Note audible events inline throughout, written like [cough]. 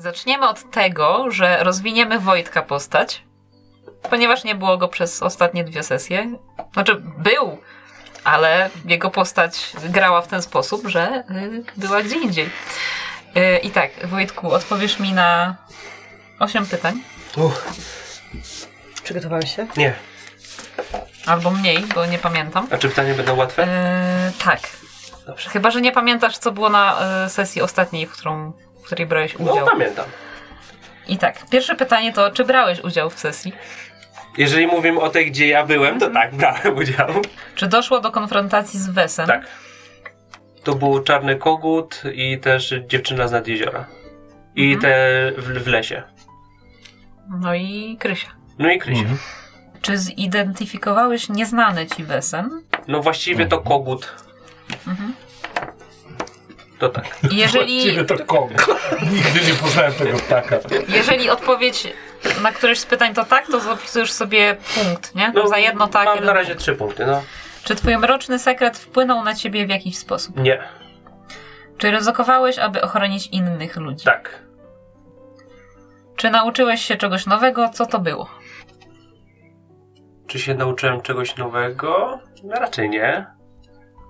Zaczniemy od tego, że rozwiniemy Wojtka postać, ponieważ nie było go przez ostatnie dwie sesje. Znaczy, był, ale jego postać grała w ten sposób, że y, była gdzie indziej. Y, I tak, Wojtku, odpowiesz mi na osiem pytań, Uch, Przygotowałeś się? nie. albo mniej, bo nie pamiętam. A czy pytania będą Y, łatwe? tak, Dobrze. chyba że nie pamiętasz, co było na y, sesji ostatniej, w, którą, w której brałeś No, udział. pamiętam. I tak, pierwsze pytanie to, czy brałeś udział w sesji? Jeżeli mówimy o tej, gdzie ja byłem, to tak, brałem udział. Czy doszło do konfrontacji z Wesem? Tak. To był czarny kogut i też dziewczyna z nad jeziora. I Mhm. te w, w lesie. No i Krysia. No i Krysia. Czy zidentyfikowałeś nieznany ci Wesen? No właściwie to kogut. Mhm. To tak. [laughs] I Jeżeli, Właściwie to kogo? Nigdy nie poznałem tego ptaka. jeżeli odpowiedź na któreś z pytań to tak, to zapisujesz sobie punkt, nie? No, Za jedno tak, Mam jeden na razie punkt. trzy punkty, no. Czy twój mroczny sekret wpłynął na ciebie w jakiś sposób? Nie. Czy ryzykowałeś, aby ochronić innych ludzi? Tak. Czy nauczyłeś się czegoś nowego? Co to było? Czy się nauczyłem czegoś nowego? No raczej nie.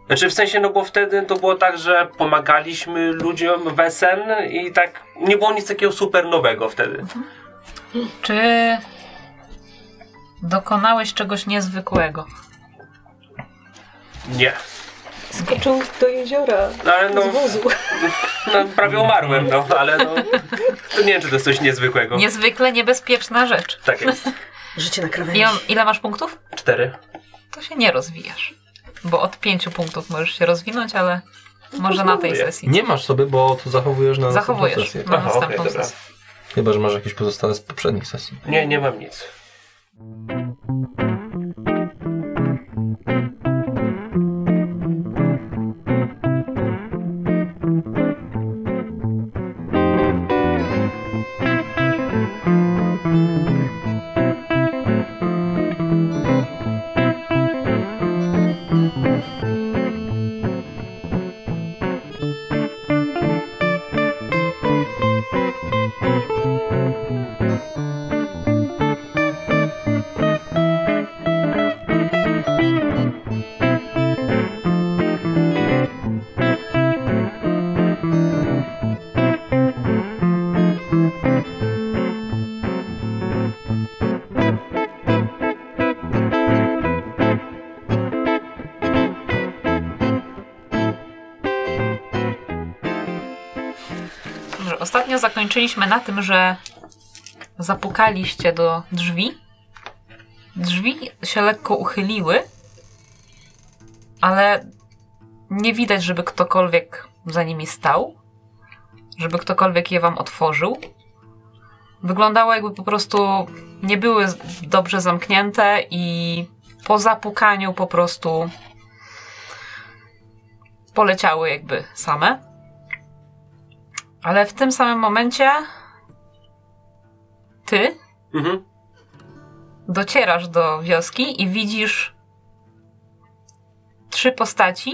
Znaczy w sensie, no bo wtedy to było tak, że pomagaliśmy ludziom wesen i tak nie było nic takiego super nowego wtedy. Czy dokonałeś czegoś niezwykłego? Nie. Skoczył do jeziora No, ale no, z wozu. no prawie umarłem, no, ale no. To nie wiem, czy to jest coś niezwykłego. Niezwykle niebezpieczna rzecz. Tak jest. Życie na krawędzi. I on, ile masz punktów? Cztery. to się nie rozwijasz. Bo od pięciu punktów możesz się rozwinąć, ale może na tej Próbuję. sesji. Nie masz sobie, bo to zachowujesz na następną Zachowujesz No. sesję. tak? na Aha, okej, następną dobra. sesję. Chyba, że masz jakieś pozostałe z poprzednich sesji. Nie, nie mam nic. Dobrze, ostatnio zakończyliśmy na tym, że zapukaliście do drzwi. Drzwi się lekko uchyliły, ale nie widać, żeby ktokolwiek za nimi stał, żeby ktokolwiek je wam otworzył. Wyglądało jakby po prostu nie były z- dobrze zamknięte i po zapukaniu po prostu poleciały jakby same. Ale w tym samym momencie ty Mhm. docierasz do wioski i widzisz trzy postaci.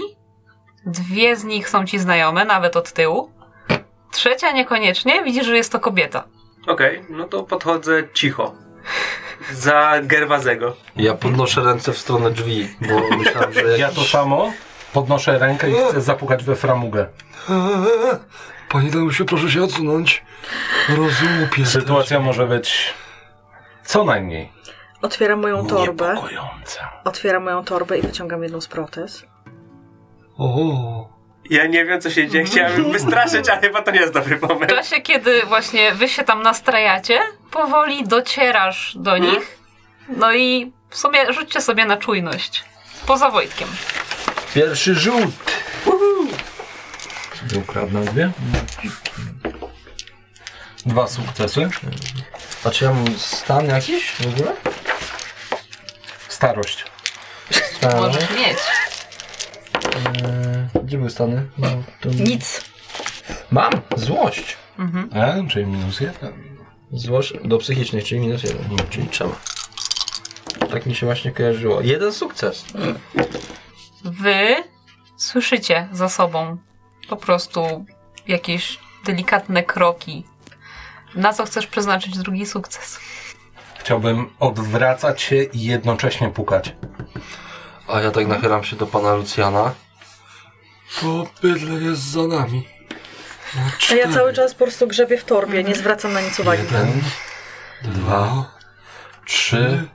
Dwie z nich są ci znajome, nawet od tyłu. Trzecia niekoniecznie, widzisz, że jest to kobieta. Okej, no to podchodzę cicho. Za Gerwazego. Ja podnoszę ręce w stronę drzwi, bo myślałem, że... Ja to samo podnoszę rękę i chcę zapukać we framugę. Panie Dariuszu, proszę się odsunąć. Rozłupię. Sytuacja może być co najmniej Otwieram moją torbę. niepokojąca. Otwieram moją torbę i wyciągam jedną z protez. O, Ja nie wiem, co się dzieje. Chciałem wystraszyć, ale chyba to nie jest dobry W pomysł. czasie, kiedy właśnie wy się tam nastrajacie, powoli docierasz do nich. No i w sumie rzućcie sobie na czujność. Poza Wojtkiem. Pierwszy rzut. Ukradnę dwie. Dwa sukcesy. A czy ja mam stan jakiś w ogóle? Starość. Stan. Możesz mieć. Eee, gdzie były stany? No, to... Nic. Mam! Złość. Mhm. E, czyli minus jeden. No, Złość do psychicznych, czyli minus jeden. Czyli trzeba. Tak mi się właśnie kojarzyło. Jeden sukces. Wy słyszycie za sobą po prostu jakieś delikatne kroki Na co chcesz przeznaczyć drugi sukces? Chciałbym odwracać się i jednocześnie pukać. A ja tak nachylam się do pana Lucjana. To bydle jest za nami. No, A cztery. ja cały czas po prostu grzebię w torbie, nie zwracam na nic uwagi. Jeden, dwa, trzy,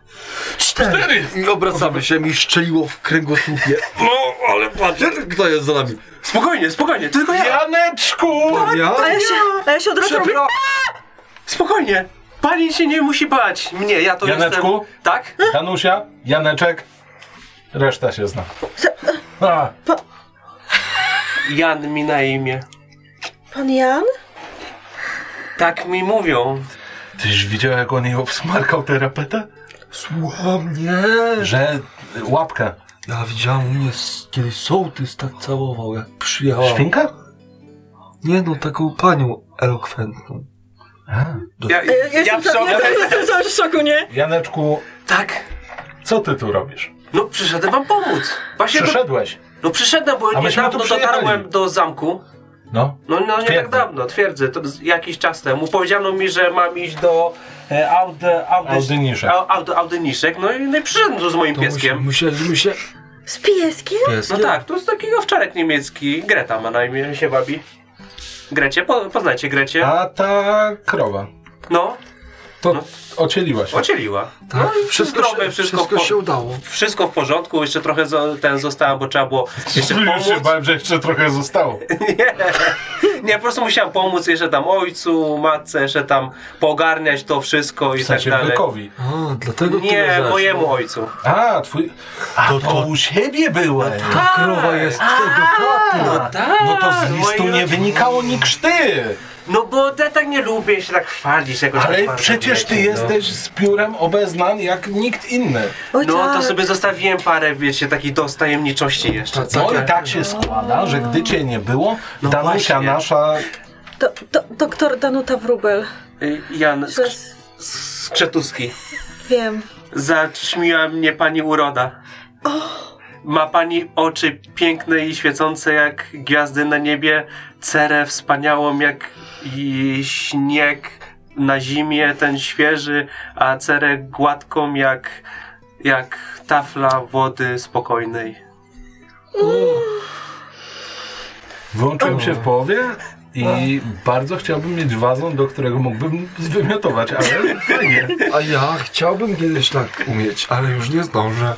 Cztery! I obracamy się, mi szczeliło w kręgosłupie. No, ale patrz. Kto jest za nami? Spokojnie, spokojnie, tylko ja! Janeczku! Ja? Tak, A ja się, a ja się odwracam, robię... Przepra- Spokojnie! Pani się nie musi bać! Mnie, ja to Janeczku? jestem. Tak? Danusia, Janeczek, reszta się zna. A, Jan mi na imię. Pan Jan? Tak mi mówią. tyś widział jak on jej obsmarkał terapeutę? Słucham, nie. Że łapkę. Ja widziałam u mnie s- kiedyś sołtys tak całował, jak przyjechała. Świnka? Nie no, taką panią elokwentną. A. Ja, Ja, ja, jestem, w za, szoku. ja tak- jestem cały w szoku, nie? Janeczku, Tak. co ty tu robisz? No przyszedłem wam pomóc. Właśnie do- Przyszedłeś. No przyszedłem, bo A myśmy niedawno tu przyjechali. dotarłem do zamku. No. No, no nie Twierdzy. tak dawno, twierdzę, to z- jakiś czas temu. Powiedziano mi, że mam iść do e, aud, aud, Audyniszek. au- aud, audyniszek, no i, no i przyszedłem tu z moim pieskiem. Musieliśmy się... Z pieskiem? No Pieskiem? tak, to jest taki owczarek niemiecki, Greta ma na imię, się bawi. Grecie, po, poznajcie Grecie. A ta krowa. No, To ocieliłaś. ocieliła. Tak, no, i wszystko, zdrowe, się, wszystko, wszystko, w po- się udało. wszystko w porządku, jeszcze trochę zo- ten została, bo trzeba było jeszcze Już się pomóc. Tak bałem, że jeszcze trochę [laughs] zostało. Nie, nie, po prostu musiałem pomóc jeszcze tam ojcu, matce, jeszcze tam pogarniać to wszystko i W sensie tak dalej. Znaczy, bykowi. A, dlatego tyle znaczy. Nie, rzeczy. mojemu ojcu. A, twój... A to, No u siebie byłeś. Ta Tak. krowa jest tego platy. No to z moi listu nie rodzice. wynikało nikczty. No bo ja tak nie lubię się tak chwalić jakoś. tak Ale bardzo, przecież wiecie, ty no. jesteś z piórem obeznan jak nikt inny. Oj, No to tak. sobie zostawiłem parę, wiecie, takich do tajemniczości jeszcze. No i tak się składa, że gdy cię nie było, Danusia właśnie. nasza... Do, do, doktor Danuta Wrubel. Y, Jan To Sk- jest... Skrzetuski. Wiem. Zaćmiła mnie pani uroda. Ma pani oczy piękne i świecące jak gwiazdy na niebie, cerę wspaniałą jak i śnieg na zimie, ten świeży, a cerę gładką jak, jak tafla wody spokojnej. Wyłączyłem się w połowie i bardzo chciałbym mieć wazon, do którego mógłbym zwymiotować, ale fajnie. A ja chciałbym kiedyś tak umieć, ale już nie zdążę.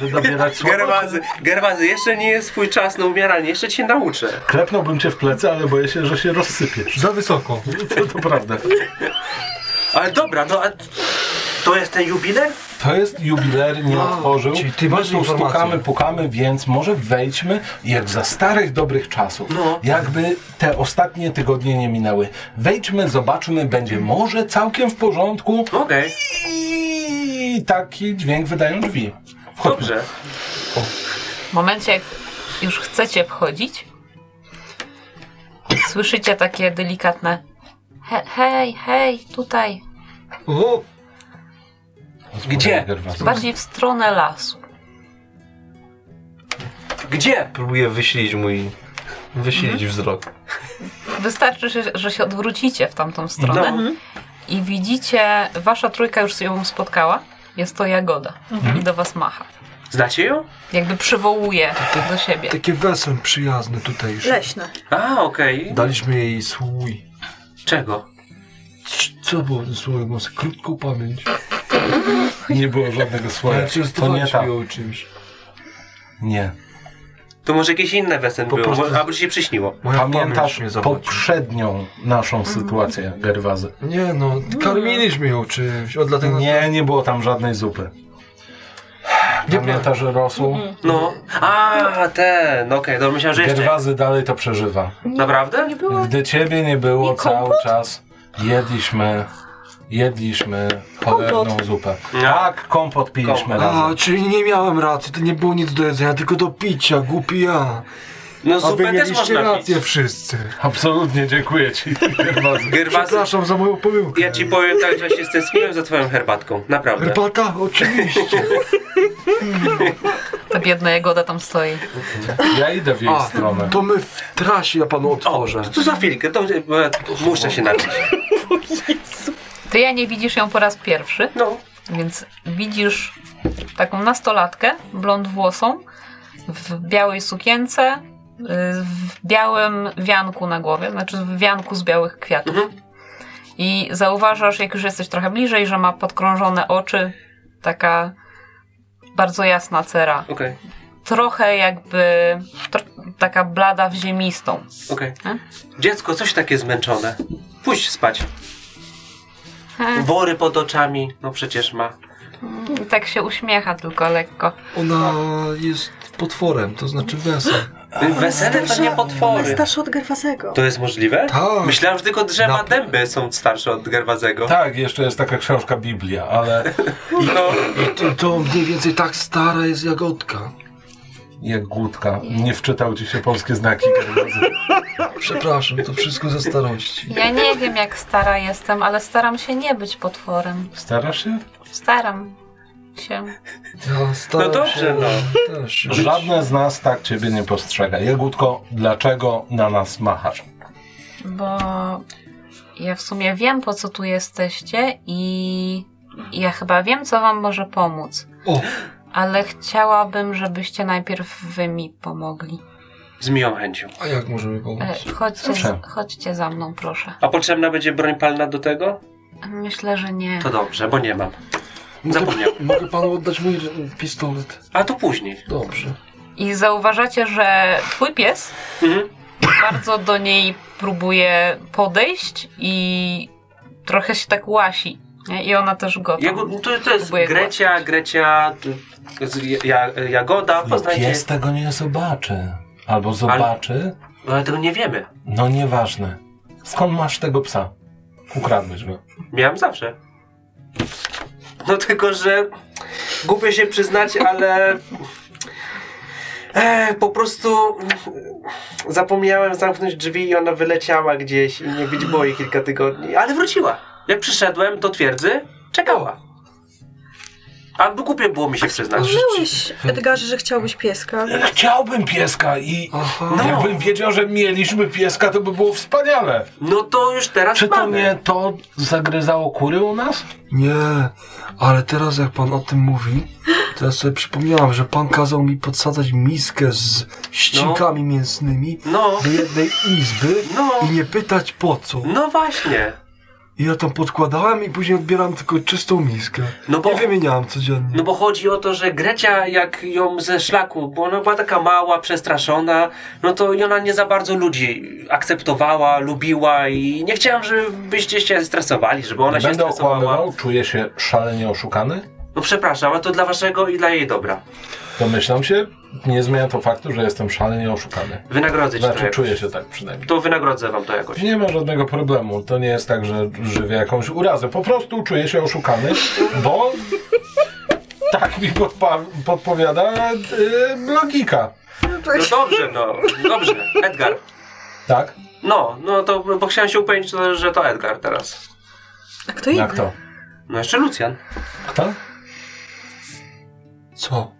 Że dobierać słowa. Gerwazy, Gerwazy, jeszcze nie jest twój czas na umieranie, jeszcze cię nauczę. Klepnąłbym cię w plecy, ale boję się, że się rozsypiesz. Za wysoko. To, to prawda. Ale dobra, no a to jest ten jubiler? To jest jubiler, nie A, otworzył. czyli ty masz My tu informację. stukamy, pukamy, więc może wejdźmy jak za starych dobrych czasów. No. Jakby te ostatnie tygodnie nie minęły. Wejdźmy, zobaczmy, będzie może całkiem w porządku. Okej, I taki dźwięk wydają drzwi. Wchodźmy. dobrze. W momencie, jak już chcecie wchodzić, słyszycie takie delikatne he, hej, hej, tutaj, O, Gdzie? bardziej w stronę lasu. Gdzie? Próbuję wysilić mój... Wysilić wzrok. Wystarczy, że, że się odwrócicie w tamtą stronę No. i widzicie, wasza trójka już ją spotkała, jest to Jagoda i do was macha. Znacie ją? Jakby przywołuje do siebie. Takie wesel przyjazne tutaj już. Leśne. A, okej. Daliśmy jej słój. Czego? C- Co było ze słowem? Mam krótką pamięć. Nie było żadnego słowa. Ale często To nie tak. ją czymś. Nie. To może jakieś inne wesen Po było, prostu- może- albo ci się przyśniło. Moja Pamiętasz pamięć mnie zawodzi. poprzednią naszą sytuację, Gerwazy? Nie no, karmiliśmy ją czymś. O, dlatego... Nie, nie było tam żadnej zupy. Pamiętasz, że rosół? No. A, ten, no okej, okay, dobra, myślałem, że jeszcze. Gerwazy dalej to przeżywa. Naprawdę? Nie było? Gdy ciebie nie było I cały kompot? czas, jedliśmy, jedliśmy cholerną zupę. No. Tak, kompot piliśmy Kompot. A, razem. czyli nie miałem racji, to nie było nic do jedzenia, tylko do picia, głupi ja. No A wy zupę też mieliście można pić. rację wszyscy. Absolutnie dziękuję ci, Gerwazy. Gerwazy, Przepraszam za moją pomyłkę. ja ci powiem tak, że się [laughs] stęskniłem za twoją herbatką, naprawdę. Herbata? Oczywiście. Ta biedna Jagoda tam stoi. Ja idę w jej stronę. to my w trasie ja panu O, otworzę. to za chwilkę, to, e, muszę się napić. Ty, ja nie widzisz ją po raz pierwszy, No, więc widzisz taką nastolatkę, blond włosą, w białej sukience, y, w białym wianku na głowie, znaczy w wianku z białych kwiatów. mhm, I zauważasz, jak już jesteś trochę bliżej, że ma podkrążone oczy, taka bardzo jasna cera. okej, Trochę jakby tr- taka blada w ziemistą. okej. Hmm? Dziecko, coś takie zmęczone. Pójdź spać. Wory pod oczami, no przecież ma. I tak się uśmiecha tylko lekko. Ona jest potworem, to znaczy wesel. Wesele to nie Ona potwory. starsza od Gerwazego. To jest możliwe? Tak. Myślałem, że tylko drzewa Na- dęby są starsze od Gerwazego. Tak, jeszcze jest taka książka Biblia, ale No, To, to mniej więcej tak stara jest jagodka. jak głódka, nie wczytał ci się polskie znaki. tak Przepraszam, to wszystko ze starości. Ja nie wiem, jak stara jestem, ale staram się nie być potworem. Starasz się? Staram się. Ja staram No dobrze, się no. Też być- Żadne z nas tak ciebie nie postrzega. Jagódko, dlaczego na nas machasz? Bo ja w sumie wiem, po co tu jesteście i ja chyba wiem, co wam może pomóc. O. Ale chciałabym, żebyście najpierw wy mi pomogli. z miłą chęcią. A jak możemy pomóc? E, Chodźcie, Proszę. chodźcie za mną, proszę. A potrzebna będzie broń palna do tego? Myślę, że nie. To dobrze, bo nie mam. Mogę, Zapomniałem. mogę panu oddać mój pistolet. A to później. Dobrze. I zauważacie, że twój pies Mhm. bardzo do niej próbuje podejść i trochę się tak łasi. nie? I ona też go tam. Jago, to, to jest No Próbuję Grecia, Grecia, y, z- ja, Jagoda, poznajcie. Pies tego nie zobaczy. Albo zobaczy, No, Ale tego nie wiemy. no nieważne. Skąd masz tego psa? Ukradłeś go. Miałem zawsze. No tylko, że głupio się przyznać, ale Ech, po prostu zapomniałem zamknąć drzwi i ona wyleciała gdzieś i nie być było jej kilka tygodni, ale wróciła. Jak przyszedłem do twierdzy, czekała. Albo głupio było mi się przyznać. Byłeś, Edgarze, że chciałbyś pieska. Chciałbym pieska i Aha. No. jakbym wiedział, że mieliśmy pieska, to by było wspaniale. No to już teraz Czy to mamy. nie to zagryzało kury u nas? Nie, ale teraz jak pan o tym mówi, to ja sobie przypomniałam, że pan kazał mi podsadzać miskę z ścinkami mięsnymi No, do jednej izby No. i nie pytać po co. no właśnie. I ja tam podkładałem i później odbierałem tylko czystą miskę. No bo- Nie wymieniałam codziennie. No bo chodzi o to, że Grecia jak ją ze szlaku, bo ona była taka mała, przestraszona, no to i ona nie za bardzo ludzi akceptowała, lubiła i nie chciałam, żebyście się stresowali, żeby ona się Będę stresowała. okłamywał, czuję się szalenie oszukany. No przepraszam, a to dla waszego i dla jej dobra. Domyślam się, nie zmienia to faktu, że jestem szalenie oszukany. Wynagrodzę ci to Znaczy, jakoś. czuję się tak przynajmniej. To wynagrodzę wam to jakoś. Nie ma żadnego problemu. To nie jest tak, że żywię jakąś urazę. Po prostu czuję się oszukany, bo tak mi podpa- podpowiada yy, logika. No dobrze, no, dobrze. Edgar. Tak? No, no to, bo chciałem się upewnić, że- że to Edgar teraz. A kto inny? Jak to? No jeszcze Lucjan. Kto? Co?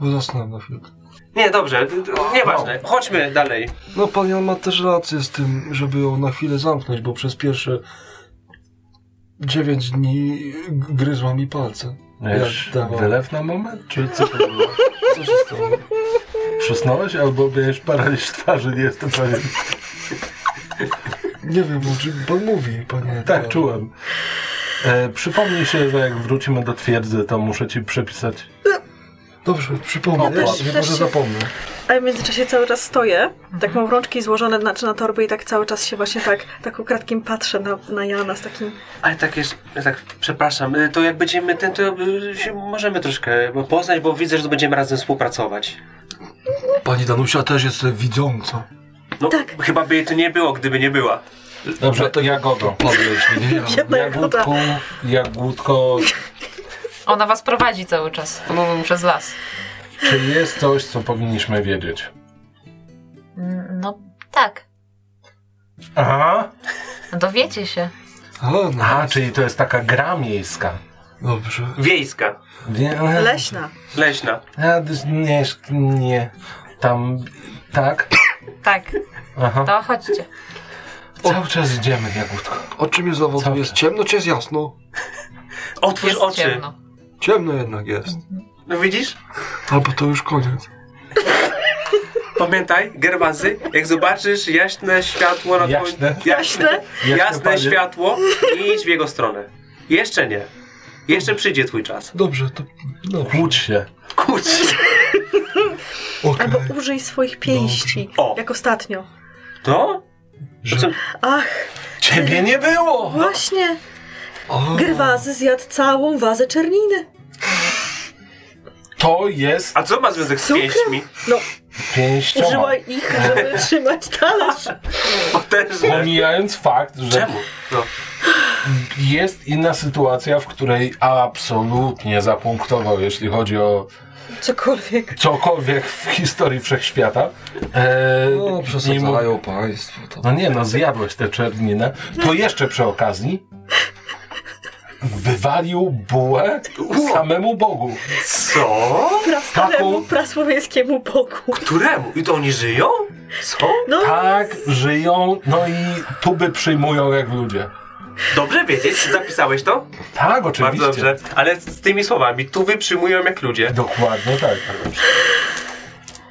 No zasnąłem na chwilkę. Nie, dobrze, d- d- nieważne. Chodźmy dalej. No pan Jan ma też rację z tym, żeby ją na chwilę zamknąć, bo przez pierwsze 9 dni g- gryzła mi palce. Wiesz, Ja dawał. wylew na moment? Czy co to było? Co się stało? Przysnąłeś albo miałeś paraliż twarzy? Nie jestem pewien. Nie wiem, o czym pan mówi, panie. Tak, czułem. E, przypomnij się, że jak wrócimy do twierdzy, to muszę ci przepisać. Dobrze, przypomnę. O, Ja też- się też może się- zapomnę. A ja w międzyczasie cały czas stoję. Tak mam rączki złożone na, na torby i tak cały czas się właśnie tak, tak ukradkiem patrzę na, na Jana z takim... Ale tak jest, tak, przepraszam, y, to jak będziemy ten, to y, się możemy troszkę poznać, bo widzę, że będziemy razem współpracować. Pani Danusia też jest widząca. No, Tak. chyba by jej to nie było, gdyby nie była. Dobrze, to Jagodo. Powiedz mi, nie ja. Jedna jagoda. Jagódku, Jagódko, Ona was prowadzi cały czas mm, przez las. czy jest coś, co powinniśmy wiedzieć? Mm, No tak, Aha. dowiecie się. A, no. A, czyli to jest taka gra miejska. Dobrze. Wiejska, Wie, Leśna. leśna. A, nie, nie. Tam, tak? Tak, Aha. to chodźcie. Cały czas idziemy, Jagódko. O czym jest zawód? Dobra. Jest ciemno czy jest jasno? Otwórz Jest oczy. ciemno. Ciemno jednak jest. No widzisz? Albo to już koniec. Pamiętaj, gerwazy, jak zobaczysz jaśne światło na Jaśne. twoim... [laughs] Jaśne. Jasne, Jaśne, panie. światło, nie idź w jego stronę. Jeszcze nie. Jeszcze przyjdzie twój czas. Dobrze, to... Dobrze. Kłóć się. Kurczę. Okej. Albo użyj swoich pięści, O. jak ostatnio. To? Że- Co? Ach, Ciebie nie było! właśnie. A, Grwazy zjadł całą wazę czerniny. To jest A co ma związek z Cukrem? pięśćmi? No, pięścioma. użyła ich, [laughs] żeby trzymać talerz. Potężne. Pomijając fakt, że Czemu? No. jest inna sytuacja, w której absolutnie zapunktował, jeśli chodzi o Cokolwiek. cokolwiek w historii wszechświata. E, No, nie mów- przesadzają państwo. To... No nie, no zjadłeś tę czerninę. To jeszcze przy okazji wywalił bułę samemu Bogu. Co? Prastaremu, Taką- prasłowieckiemu bogu. Któremu? I to oni żyją? Co? No, Tak żyją, no i tuby przyjmują jak ludzie. Dobrze wiedzieć, zapisałeś to? Tak, oczywiście. Bardzo dobrze. Ale z tymi słowami, tu wyprzyjmują jak ludzie. Dokładnie tak.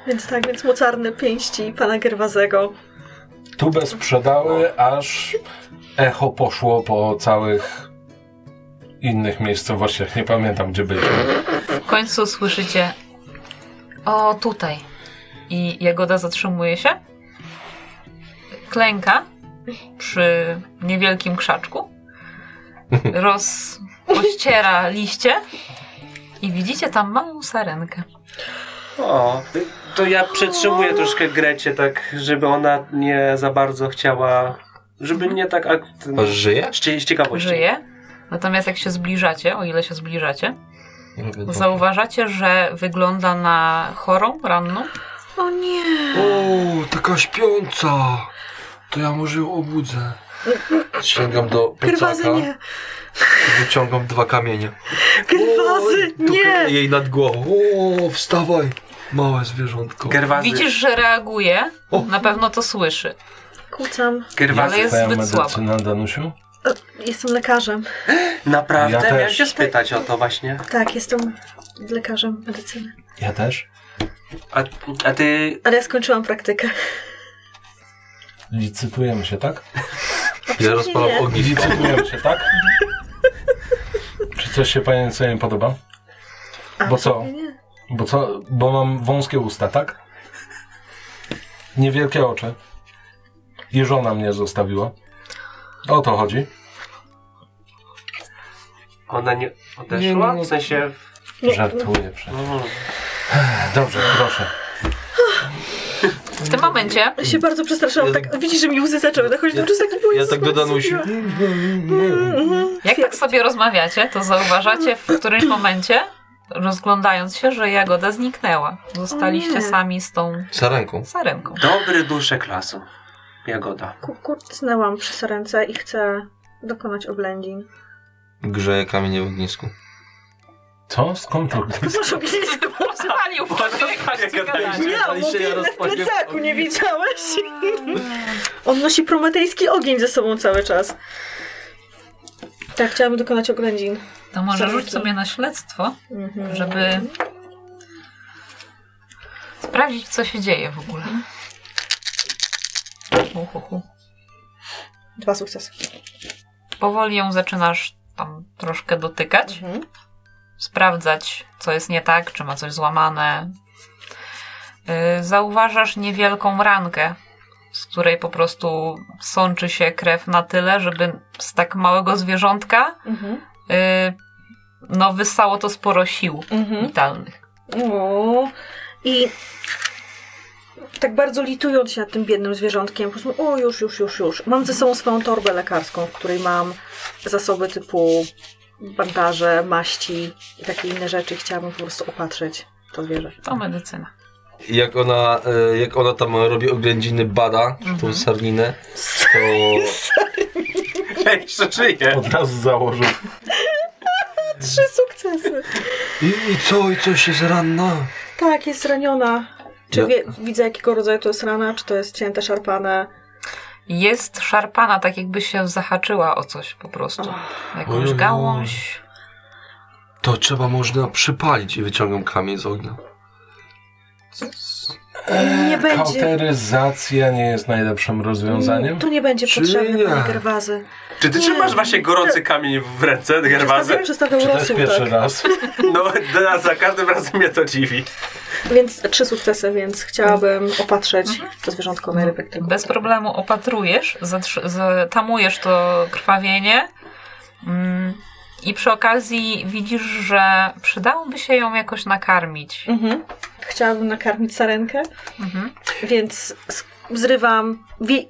więc tak, więc mocarne pięści pana Gerwazego. Tubę sprzedały, aż echo poszło po całych innych miejscowościach. Nie pamiętam, gdzie byliśmy. W końcu słyszycie o tutaj. I Jagoda zatrzymuje się. Klęka przy niewielkim krzaczku. Rozpościera liście. I widzicie tam małą sarenkę. O, to ja przetrzymuję troszkę Grecie, tak, żeby ona nie za bardzo chciała, żeby nie tak ak- A żyje? z cie- z ciekawości. Żyje. Natomiast jak się zbliżacie, o ile się zbliżacie, Robię dwa. zauważacie, że wygląda na chorą, ranną. O nie. O, taka śpiąca. To ja może ją obudzę. Sięgam do Gerwazy plecaka nie. i wyciągam dwa kamienie. Gerwazy Tupię nie. jej nad głową. O, wstawaj, małe zwierzątko. Gerwazy, Widzisz, że reaguje. O. Na pewno to słyszy. Kłócam. Gerwazy. Ale jest Twoja zbyt słaba. medycyna, Danusiu? Jestem lekarzem. Naprawdę? Ja też. Miałem się spytać o to właśnie. Tak, jestem lekarzem medycyny. Ja też. A, a ty... Ale ja skończyłam praktykę. Licytujemy się, tak? Ja rozpalam nie. ognisko. Licytujemy się, tak? Czy coś się Panie co nie podoba? Bo co? Nie, nie. Bo co? Bo mam wąskie usta, tak? Niewielkie oczy. I żona mnie zostawiła. O to chodzi. Ona nie odeszła? W sensie... Żartuję przecież. Mm. Dobrze, proszę. W tym momencie Ja się bardzo przestraszyłam. Ja Tak, widzisz, że mi łzy zaczęły dochodzić. Ja- Ja, Przez taki błąd Ja tak do słowa Danusi. zrobiłam. Mhm. Jak tak sobie rozmawiacie, to zauważacie w którymś momencie, rozglądając się, że jagoda zniknęła. O Zostaliście nie. sami z tą Sarenką. sarenką. Dobry duszek lasu. Jagoda. Ku- Kucnęłam przez ręce i chcę dokonać [laughs] oględzin. Grzeje kamienie w ognisku. Co? Skąd to? Masz oględzin? [laughs] Rozpalił Nie, Miał ale się ja mobilne w rozpaliłem plecaku, nie ognisko. widziałeś? [laughs] On nosi prometejski ogień ze sobą cały czas. Tak, chciałabym dokonać oględzin. To może Sarenki. rzuć sobie na śledztwo, Mhm. żeby sprawdzić, co się dzieje w ogóle. Hu, hu, hu. Dwa sukcesy. Powoli ją zaczynasz tam troszkę dotykać. Mhm. sprawdzać, co jest nie tak, czy ma coś złamane. Yy, Zauważasz niewielką rankę, z której po prostu sączy się krew na tyle, żeby z tak małego zwierzątka Mhm. yy, no, wyssało to sporo sił Mhm. witalnych. O. I tak bardzo litując się nad tym biednym zwierzątkiem, po prostu, o już, już, już, już. Mam ze sobą swoją torbę lekarską, w której mam zasoby typu bandaże, maści i takie inne rzeczy. Chciałabym po prostu opatrzyć to zwierzę. To medycyna. Jak ona, e, jak ona tam robi oględziny, bada tą Mhm. sarninę, to... Jeszcze żyje. Od razu założył. Trzy sukcesy. I, I co, i coś jest ranna? Tak, jest raniona. Czy No. Ja- wie, widzę jakiego rodzaju to jest rana, czy to jest cięte, szarpane? Jest szarpana, tak jakby się zahaczyła o coś po prostu. Jakąś Ojej. gałąź. To trzeba można przypalić i wyciągam kamień z ognia. Eee, Nie będzie. Kauteryzacja nie jest najlepszym rozwiązaniem. Mm, To nie będzie Czyli potrzebne, nie. panie Gerwazy. Czy ty Nie. trzymasz właśnie gorący kamień w ręce, Gerwazy? Przestawiam Czy to jest rosół, pierwszy tak. raz? No, d- za każdym razem mnie to dziwi. Więc trzy sukcesy, więc chciałabym opatrzeć to zwierzątko na rybek tylko. Bez problemu opatrujesz, zatrzy- zatamujesz to krwawienie. Mm, I przy okazji widzisz, że przydałoby się ją jakoś nakarmić. Mhm. Chciałabym nakarmić sarenkę, Mhm. więc s- zrywam. Wi-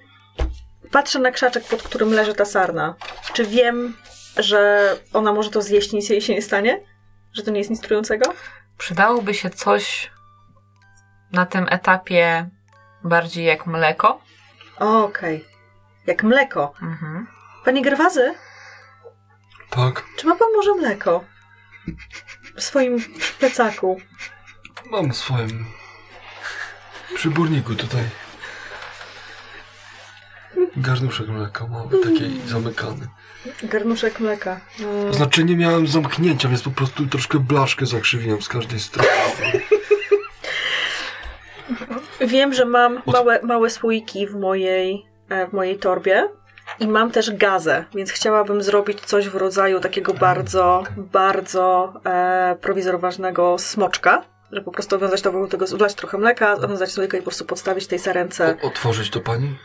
Patrzę na krzaczek, pod którym leży ta sarna. Czy wiem, że ona może to zjeść, nic jej się nie stanie? Że to nie jest nic trującego? Przydałoby się coś na tym etapie bardziej jak mleko. Okej. Jak mleko. Mhm. Panie Gerwazy, Tak, czy ma pan może mleko? W swoim plecaku. mam w swoim przyborniku tutaj. Garnuszek mleka mam, taki zamykany. Garnuszek mleka. Mm. To znaczy nie miałem zamknięcia, więc po prostu troszkę blaszkę zakrzywiłem z każdej strony. E. Wiem, że mam Od- małe, małe słoiki w mojej, e, w mojej torbie i mam też gazę, więc chciałabym zrobić coś w rodzaju takiego bardzo, bardzo e, prowizoroważnego smoczka, że po prostu wiązać to wokół tego, wlać trochę mleka, wiązać słoika i po prostu podstawić tej sarence. O, otworzyć to pani?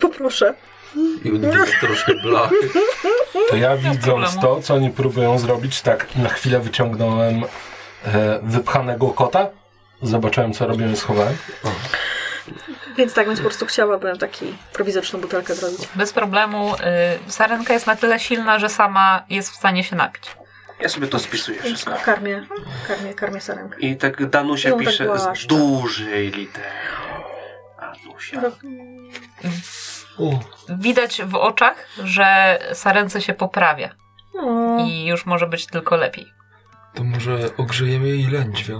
Poproszę. I odbić troszkę blachy. To ja widząc problemu. to, co oni próbują zrobić, tak na chwilę wyciągnąłem e, wypchanego kota. Zobaczyłem, co robią i schowałem. Więc tak, więc po prostu chciałabym taki prowizoryczną butelkę zrobić. Bez problemu y, sarenka jest na tyle silna, że sama jest w stanie się napić. Ja sobie to spisuję Więc wszystko. karmię, karmię, karmię sarenkę. I tak Danusia Ją tak pisze z głaszczę. dużej litery. Danusia. No. O, Widać w oczach, że sarence się poprawia No, i już może być tylko lepiej. to może ogrzejemy jej lędźwia.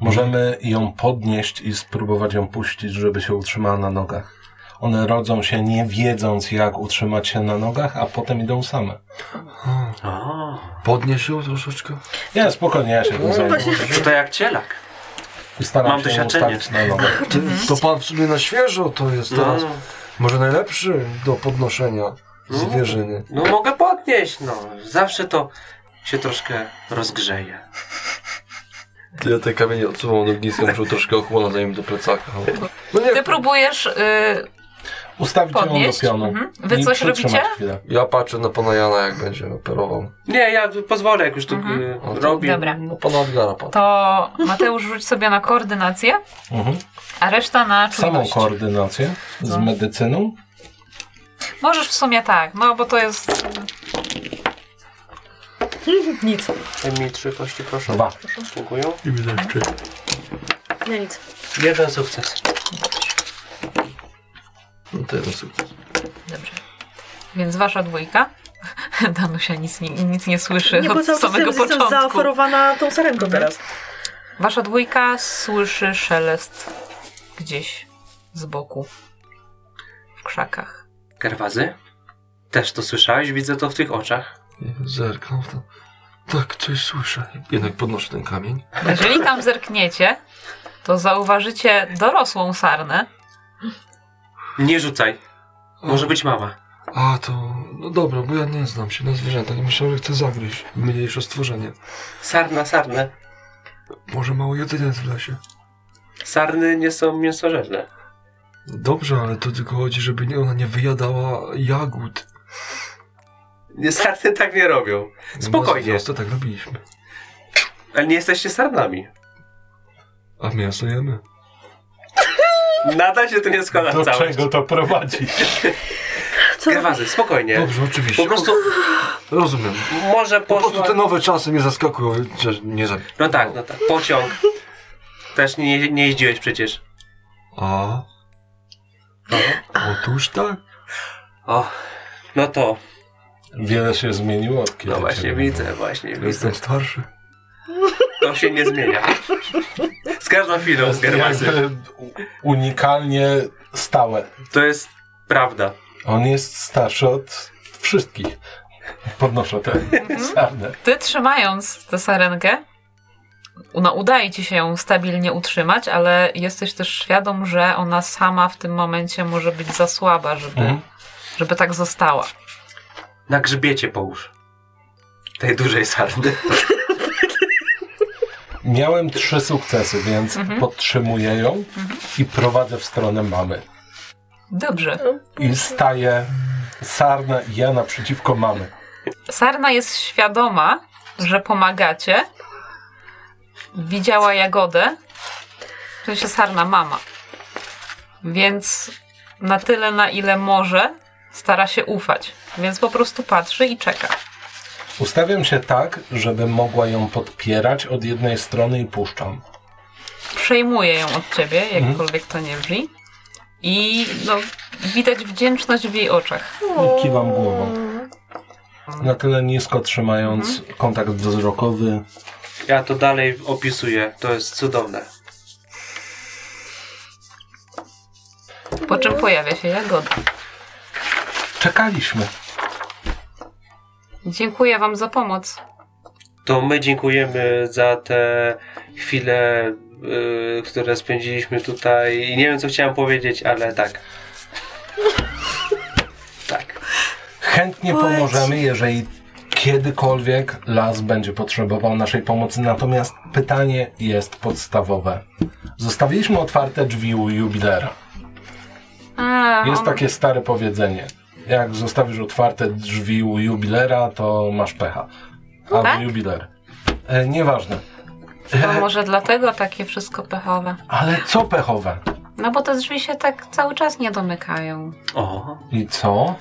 Możemy ją podnieść i spróbować ją puścić, żeby się utrzymała na nogach. One rodzą się nie wiedząc, jak utrzymać się na nogach, a potem idą same. O, O, Podnieś ją troszeczkę. Nie, spokojnie, ja się tym zajmę. czy to jak cielak? I staram Mam się ją doświadczenie. ustawić na nogach. Ty, to pan w sumie na świeżo to jest teraz. No, Może najlepszy do podnoszenia zwierzyny. no mogę podnieść, no. Zawsze to się troszkę rozgrzeje. Ja te kamienie odsuwam od ogniska, muszę troszkę ochłonąć zanim do plecaka. No nie, Ty próbujesz y, Ustawić ją do podnieść. pionu. Mhm. Wy i coś przytrzymać robicie? Chwilę. Ja patrzę na pana Jana, jak będzie operował. Nie, ja pozwolę, jak już to Mhm. y, O, to robi. Dobra. No pana Adgara patrzę. To Mateusz rzuć sobie na koordynację, Mhm. a reszta na Samą czujność. koordynację z No. medycyną. Możesz w sumie tak, no bo to jest mm, nic, Daj mi trzy kości, proszę. Dwa. Dziękuję. I widać, czy nie nic. Jeden sukces. No to jeden sukces. Dobrze. Więc wasza dwójka. [laughs] Danusia nic nie, nic nie słyszy Nie, bo od cały czas samego jestem, jestem początku. zaoferowana tą Mhm. sarenką teraz. Wasza dwójka słyszy szelest gdzieś z boku w krzakach. Gerwazy? Też to słyszałeś? Widzę to w tych oczach. Zerkam w to. Tak, coś słyszę. Jednak podnoszę ten kamień. Jeżeli tam zerkniecie, to zauważycie dorosłą sarnę. Nie rzucaj. Może być mama. A, to... No dobra, bo ja nie znam się na zwierzętach. Myślałem, że chcę zagryźć mniejsze stworzenie. Sarna, sarnę. Może mało jedzenia jest w lesie. Sarny nie są mięsożerne. Dobrze, ale to tylko chodzi, żeby nie- ona nie wyjadała jagód. Nie, Sarny tak nie robią. No, Spokojnie. miasto tak robiliśmy. Ale nie jesteście sarnami. A mięso jemy. Nadal się to nie składa w Do całość. czego to prowadzi? Co Gerwazy, spokojnie. Dobrze, oczywiście. Po prostu Rozumiem. może Po prostu te poszła... nowe czasy mnie zaskakują. że Nie za... No tak, no tak. Pociąg. Też nie, nie jeździłeś przecież. A? Otóż tak. O, no to Wiele się zmieniło od kiedy No właśnie cię nie widzę, właśnie widzę. Jestem starszy. To się nie zmienia. Z każdą chwilą z było. Jest Gerwasem. jakby unikalnie stałe. To jest prawda. On jest starszy od wszystkich. Podnoszę tę Mhm. sarnę. Ty trzymając tę sarenkę, no, udaje ci się ją stabilnie utrzymać, ale jesteś też świadom, że ona sama w tym momencie może być za słaba, żeby, żeby tak została. Na grzbiecie połóż. Tej dużej sarny. Miałem trzy sukcesy, więc Mhm. podtrzymuję ją i prowadzę w stronę mamy. Dobrze. I staję sarna i ja naprzeciwko mamy. Sarna jest świadoma, że pomagacie. Widziała jagodę. To się sarna mama. Więc na tyle, na ile może, stara się ufać. Więc po prostu patrzy i czeka. Ustawiam się tak, żeby mogła ją podpierać od jednej strony i puszczam. przejmuje ją od ciebie, jakkolwiek to nie brzmi. I no, widać wdzięczność w jej oczach. I kiwam głową. Na tyle nisko trzymając Mhm. kontakt wzrokowy. Ja to dalej opisuję. To jest cudowne. Po czym pojawia się Jagoda. Czekaliśmy. Dziękuję wam za pomoc. To my dziękujemy za te chwile, y, które spędziliśmy tutaj. I nie wiem, co chciałem powiedzieć, ale tak. Tak. Chętnie Poeci. pomożemy, jeżeli kiedykolwiek las będzie potrzebował naszej pomocy. Natomiast pytanie jest podstawowe. Zostawiliśmy otwarte drzwi u jubilera. A, Jest tak. on- takie stare powiedzenie. Jak zostawisz otwarte drzwi u jubilera, to masz pecha. Albo Tak? jubiler. E, nieważne. To może dlatego takie wszystko pechowe. Ale co pechowe? No bo te drzwi się tak cały czas nie domykają. O, I co?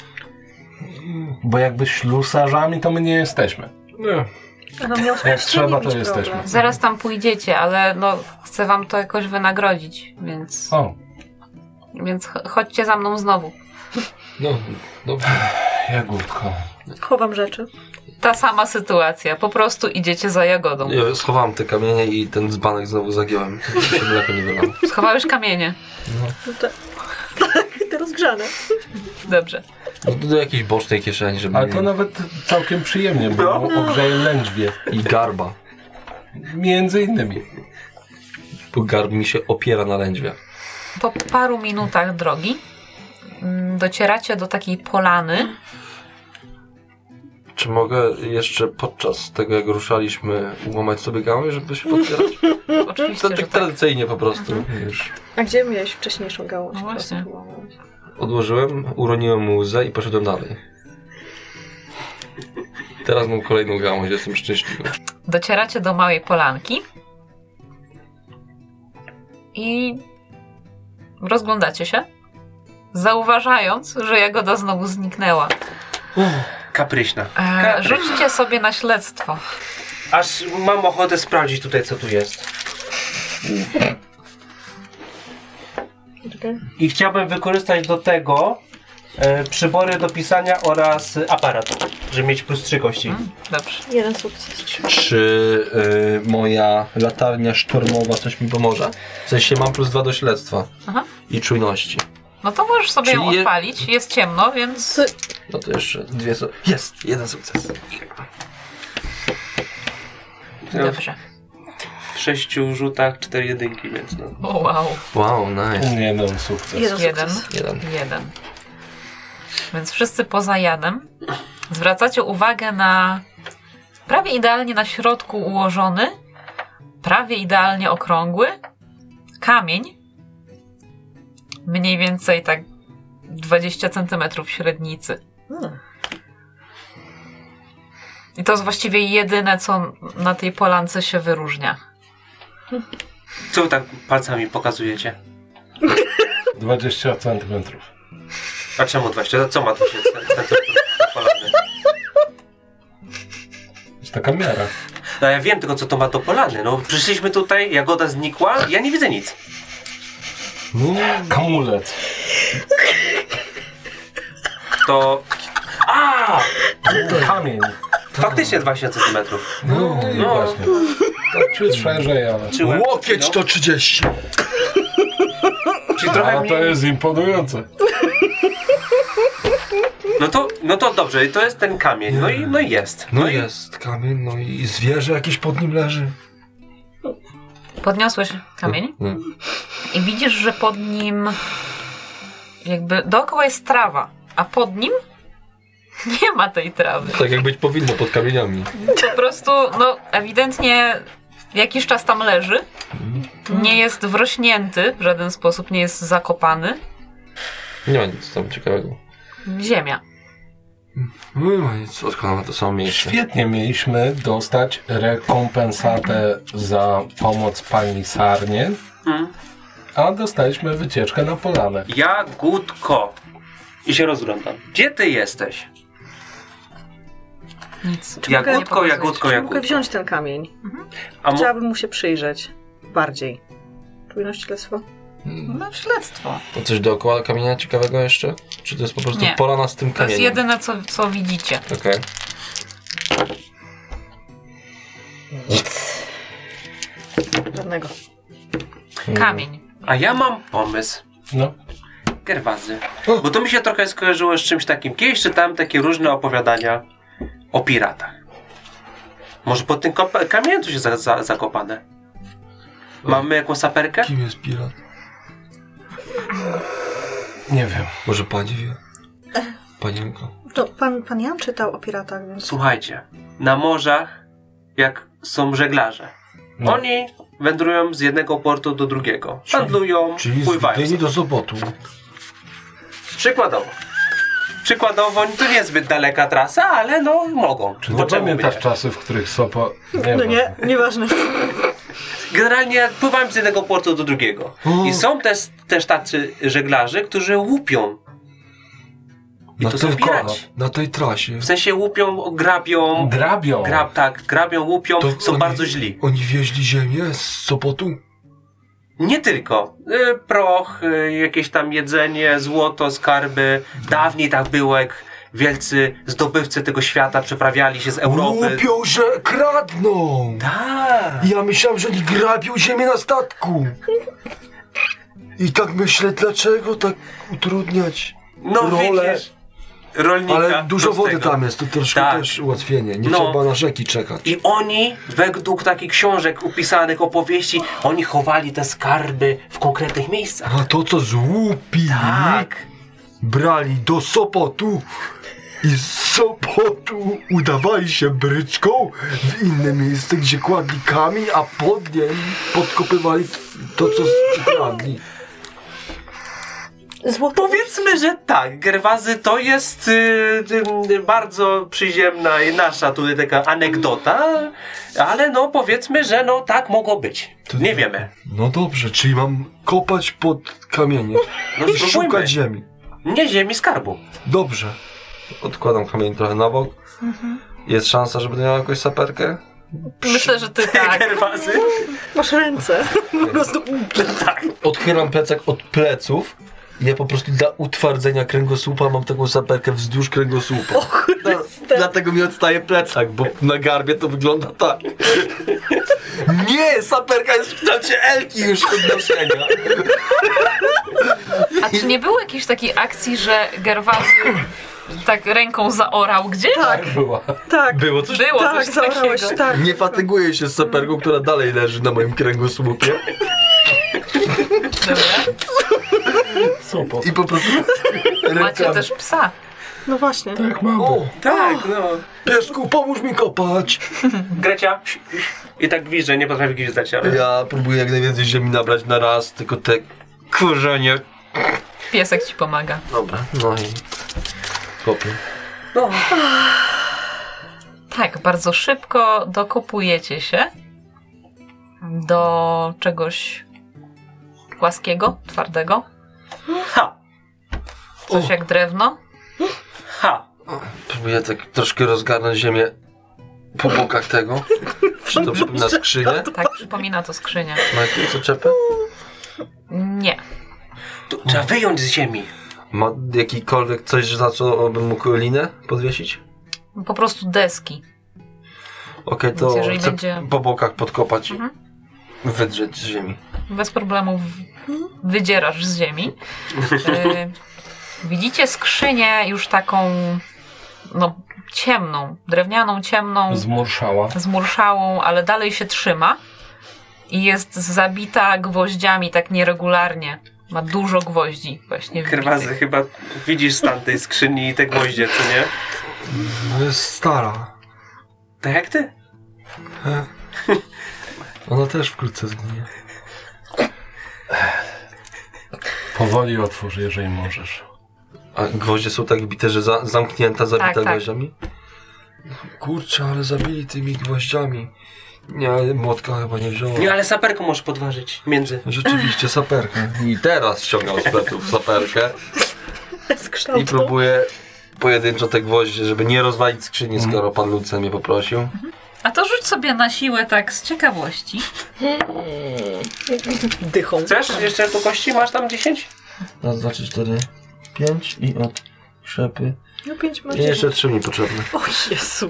Bo jakby ślusarzami to my nie jesteśmy. Nie. Ona miała Jak z trzeba, to mieć jesteśmy. problem. Zaraz tam pójdziecie, ale no chcę wam to jakoś wynagrodzić, więc, O, więc cho- chodźcie za mną znowu. No, dobrze. jagódko. Chowam rzeczy. Ta sama sytuacja, po prostu idziecie za Jagodą. Ja schowałem te kamienie i ten dzbanek znowu zagiąłem. żeby się mleko nie wylało. Schowałeś kamienie. No te... Tak, te rozgrzane. Dobrze. No to do jakiejś bocznej kieszeni, żeby Ale nie- No. to nawet całkiem przyjemnie, bo ogrzeje lędźwie. I garba. Między innymi. Bo garb mi się opiera na lędźwie. Po paru minutach drogi mm, docieracie do takiej [laughs] polany. Czy mogę jeszcze podczas tego, jak ruszaliśmy, łamać sobie gałąź, żeby się [laughs] podpierać? Oczywiście, że To tak Mhm. tak. tradycyjnie po prostu. Już A gdzie miałeś wcześniejszą gałąź? No właśnie. odłożyłem, uroniłem mu łzę i poszedłem dalej. Teraz mam kolejną gałąź, jestem szczęśliwy. Docieracie do małej polanki i rozglądacie się, zauważając, że jagoda znowu zniknęła. kapryśna. E, rzućcie sobie na śledztwo. Aż mam ochotę sprawdzić tutaj, co tu jest. Czekaj. I chciałbym wykorzystać do tego e, przybory do pisania oraz e, aparat, żeby mieć plus trzy kości. Dobrze. Jeden sukces. Czy y, moja latarnia sztormowa coś mi pomoże? W sensie mam plus dwa do śledztwa Aha. i czujności. No to możesz sobie ją Czyli je- odpalić, jest ciemno, więc No to jeszcze dwie... su- Jest! Jeden sukces. dobrze. W sześciu rzutach cztery jedynki, więc no. O, wow, Wow, nice. Nie no, sukces. Jeden, jeden. sukces. Jeden. Jeden. Więc wszyscy poza Janem zwracacie uwagę na prawie idealnie na środku ułożony, prawie idealnie okrągły kamień. Mniej więcej tak 20 cm średnicy. Hmm. I to jest właściwie jedyne, co na tej polance się wyróżnia. Co wy tak palcami pokazujecie? 20 centymetrów. A czemu 20? Co ma tu się na polany? Jest taka miara. No ja wiem tylko, co to ma do polany. No przyszliśmy tutaj, jagoda znikła, ja nie widzę nic. Kamulec. To A! Kamień. Faktycznie 20 centymetrów. No, i No. właśnie. Tak ciut szerzej, ale... Czy łeb- Łokieć no, to 30. Czyli trochę A to mniej. jest imponujące. No to, no to dobrze, i to jest ten kamień. No i no i jest. No jest kamień, no i zwierzę jakieś pod nim leży. Podniosłeś kamień Mm. i widzisz, że pod nim jakby dookoła jest trawa, a pod nim [laughs] nie ma tej trawy. Tak jak być powinno pod kamieniami. Po prostu, no ewidentnie jakiś czas tam leży. Mhm. Nie jest wrośnięty w żaden sposób, nie jest zakopany. Nie ma nic tam ciekawego. Ziemia. Nie ma nic, odkonamy to samo miejsce. Świetnie mieliśmy dostać rekompensatę za pomoc pani Sarnie, Mm. a dostaliśmy wycieczkę na polanę. Jagódko. I się rozglądam. Gdzie ty jesteś? Nic. Czy mogę- Jagódko, jagódko, Czy mogę jagódko. wziąć ten kamień? A mo- Chciałabym mu się przyjrzeć bardziej. Czujność śledztwo? No śledztwo. To coś dookoła kamienia ciekawego jeszcze? Czy to jest po prostu Nie. polana z tym To jest kamieniem? jedyne, co, co widzicie. Okej. Nic. Żadnego. Mhm. Kamień. a ja mam pomysł. No, Gerwazy. Bo to mi się trochę skojarzyło z czymś takim. Kiedyś czytałem takie różne opowiadania o piratach. Może pod tym kop- kamieniem coś jest za- za- zakopane. Mamy jakąś saperkę? Kim jest pirat? nie wiem. Może pani [laughs] wie? Panienko. To pan, pan Jan czytał o piratach, więc... Słuchajcie, na morzach jak są żeglarze. No. Oni wędrują z jednego portu do drugiego. Handlują, Czyli z pływają. Gdyni do Sopotu. Przykładowo. Przykładowo, to nie zbyt daleka trasa, ale no mogą. Czy Bo ty czemu pamiętasz by nie? czasy, w których Sopo... No nie, nieważne. Generalnie pływałem z jednego portu do drugiego. I są też, też tacy żeglarze, którzy łupią. I Na, to są tej- piraci. na tej trasie. W sensie łupią, grabią, Drabią. grab, tak, grabią, łupią, To są oni- bardzo źli. Oni wieźli ziemię z Sopotu? Nie tylko. Y, proch, y, jakieś tam jedzenie, złoto, skarby. Dawniej tak było, jak wielcy zdobywcy tego świata przeprawiali się z Europy. Łupią, że kradną! Tak. Ja myślałem, że oni grabią ziemię na statku. I tak myślę, dlaczego tak utrudniać? No Role. widzisz. Rolnika. Ale dużo wody prostego. tam jest, to troszkę Tak. też ułatwienie. Nie No. trzeba na rzeki czekać. I oni, według takich książek upisanych, opowieści, oni chowali te skarby w konkretnych miejscach. A to, co złupili, Tak. brali do Sopotu i z Sopotu udawali się bryczką w inne miejsce, gdzie kładli kamień, a pod nim podkopywali to, co kradli. Złoto Powiedzmy, że tak, Gerwazy to jest y, y, y, bardzo przyziemna i nasza tutaj taka anegdota, ale no powiedzmy, że no tak mogło być. To Nie nie- wiemy. No dobrze, czyli mam kopać pod kamienie No i szukać spróbujmy. ziemi. Nie ziemi skarbu. Dobrze. Odkładam kamień trochę na bok. Jest szansa, że będę miał jakąś saperkę? Myślę, że ty tak. Gerwazy? [laughs] Masz ręce. Po prostu... No tak. Odchylam plecak od pleców. I ja po prostu dla utwardzenia kręgosłupa mam taką saperkę wzdłuż kręgosłupa. Dla- dlatego mi odstaje plecak, bo na garbie to wygląda tak. Nie, saperka jest w kształcie Elki już od noszenia. A czy nie było jakiejś takiej akcji, że Gerwazy tak ręką zaorał gdzieś? Tak, Była. tak. Było coś Było Tak, coś zaorałeś, takiego. tak. Nie fatyguję się z saperką, która dalej leży na moim kręgosłupie. Dobra. Sopo. I po prostu. Macie rękami- też psa. No właśnie. Tak mało. O, Tak, no. piesku, pomóż mi kopać. Grecia. I tak gwizdże, nie potrafi gwizdać, ale... Ja próbuję jak najwięcej ziemi nabrać na raz, tylko te kurzenie. Piesek ci pomaga. Dobra, no i. Kopię. Tak, bardzo szybko dokopujecie się do czegoś płaskiego, twardego. Ha, Coś jak drewno. ha. Próbuję tak troszkę rozgarnąć ziemię po bokach tego. Czy to przypomina skrzynię? Tak przypomina to skrzynia. Ma jakieś zaczepy? Nie. Tu, trzeba wyjąć z ziemi. Ma jakikolwiek coś, na co bym mógł linę podwiesić? Po prostu deski. Okej, Więc to jeżeli chcę będzie- po bokach podkopać Mhm. i wydrzeć z ziemi. Bez problemu w- wydzierasz z ziemi. E, widzicie skrzynię już taką no ciemną, drewnianą, ciemną, Zmurszała. zmurszałą, ale dalej się trzyma i jest zabita gwoździami tak nieregularnie. Ma dużo gwoździ właśnie Krwazy, wbitych. chyba widzisz stan tej skrzyni i te gwoździe, co nie? No jest stara. Tak jak ty? Ona też wkrótce zginie. Powoli otwórz, jeżeli możesz. A gwoździe są tak wbite, że za, zamknięta, zabita tak. gwoździami? Kurczę, ale zabili tymi gwoździami. Nie, młotka chyba nie wziąłem. Nie, ale saperką możesz podważyć między. Rzeczywiście, saperkę. I teraz ściągam z pleców saperkę Bez i kształtu. próbuję pojedynczo te gwoździe, żeby nie rozwalić skrzyni, skoro pan Lucen mnie poprosił. A to rzuć sobie na siłę tak z ciekawości. Dychą. Chcesz? Jeszcze tu kości? Masz tam 10? Raz, dwa, trzy, cztery, pięć i od szepy. No pięć ma I jeszcze trzy mi potrzebne. O Jezu.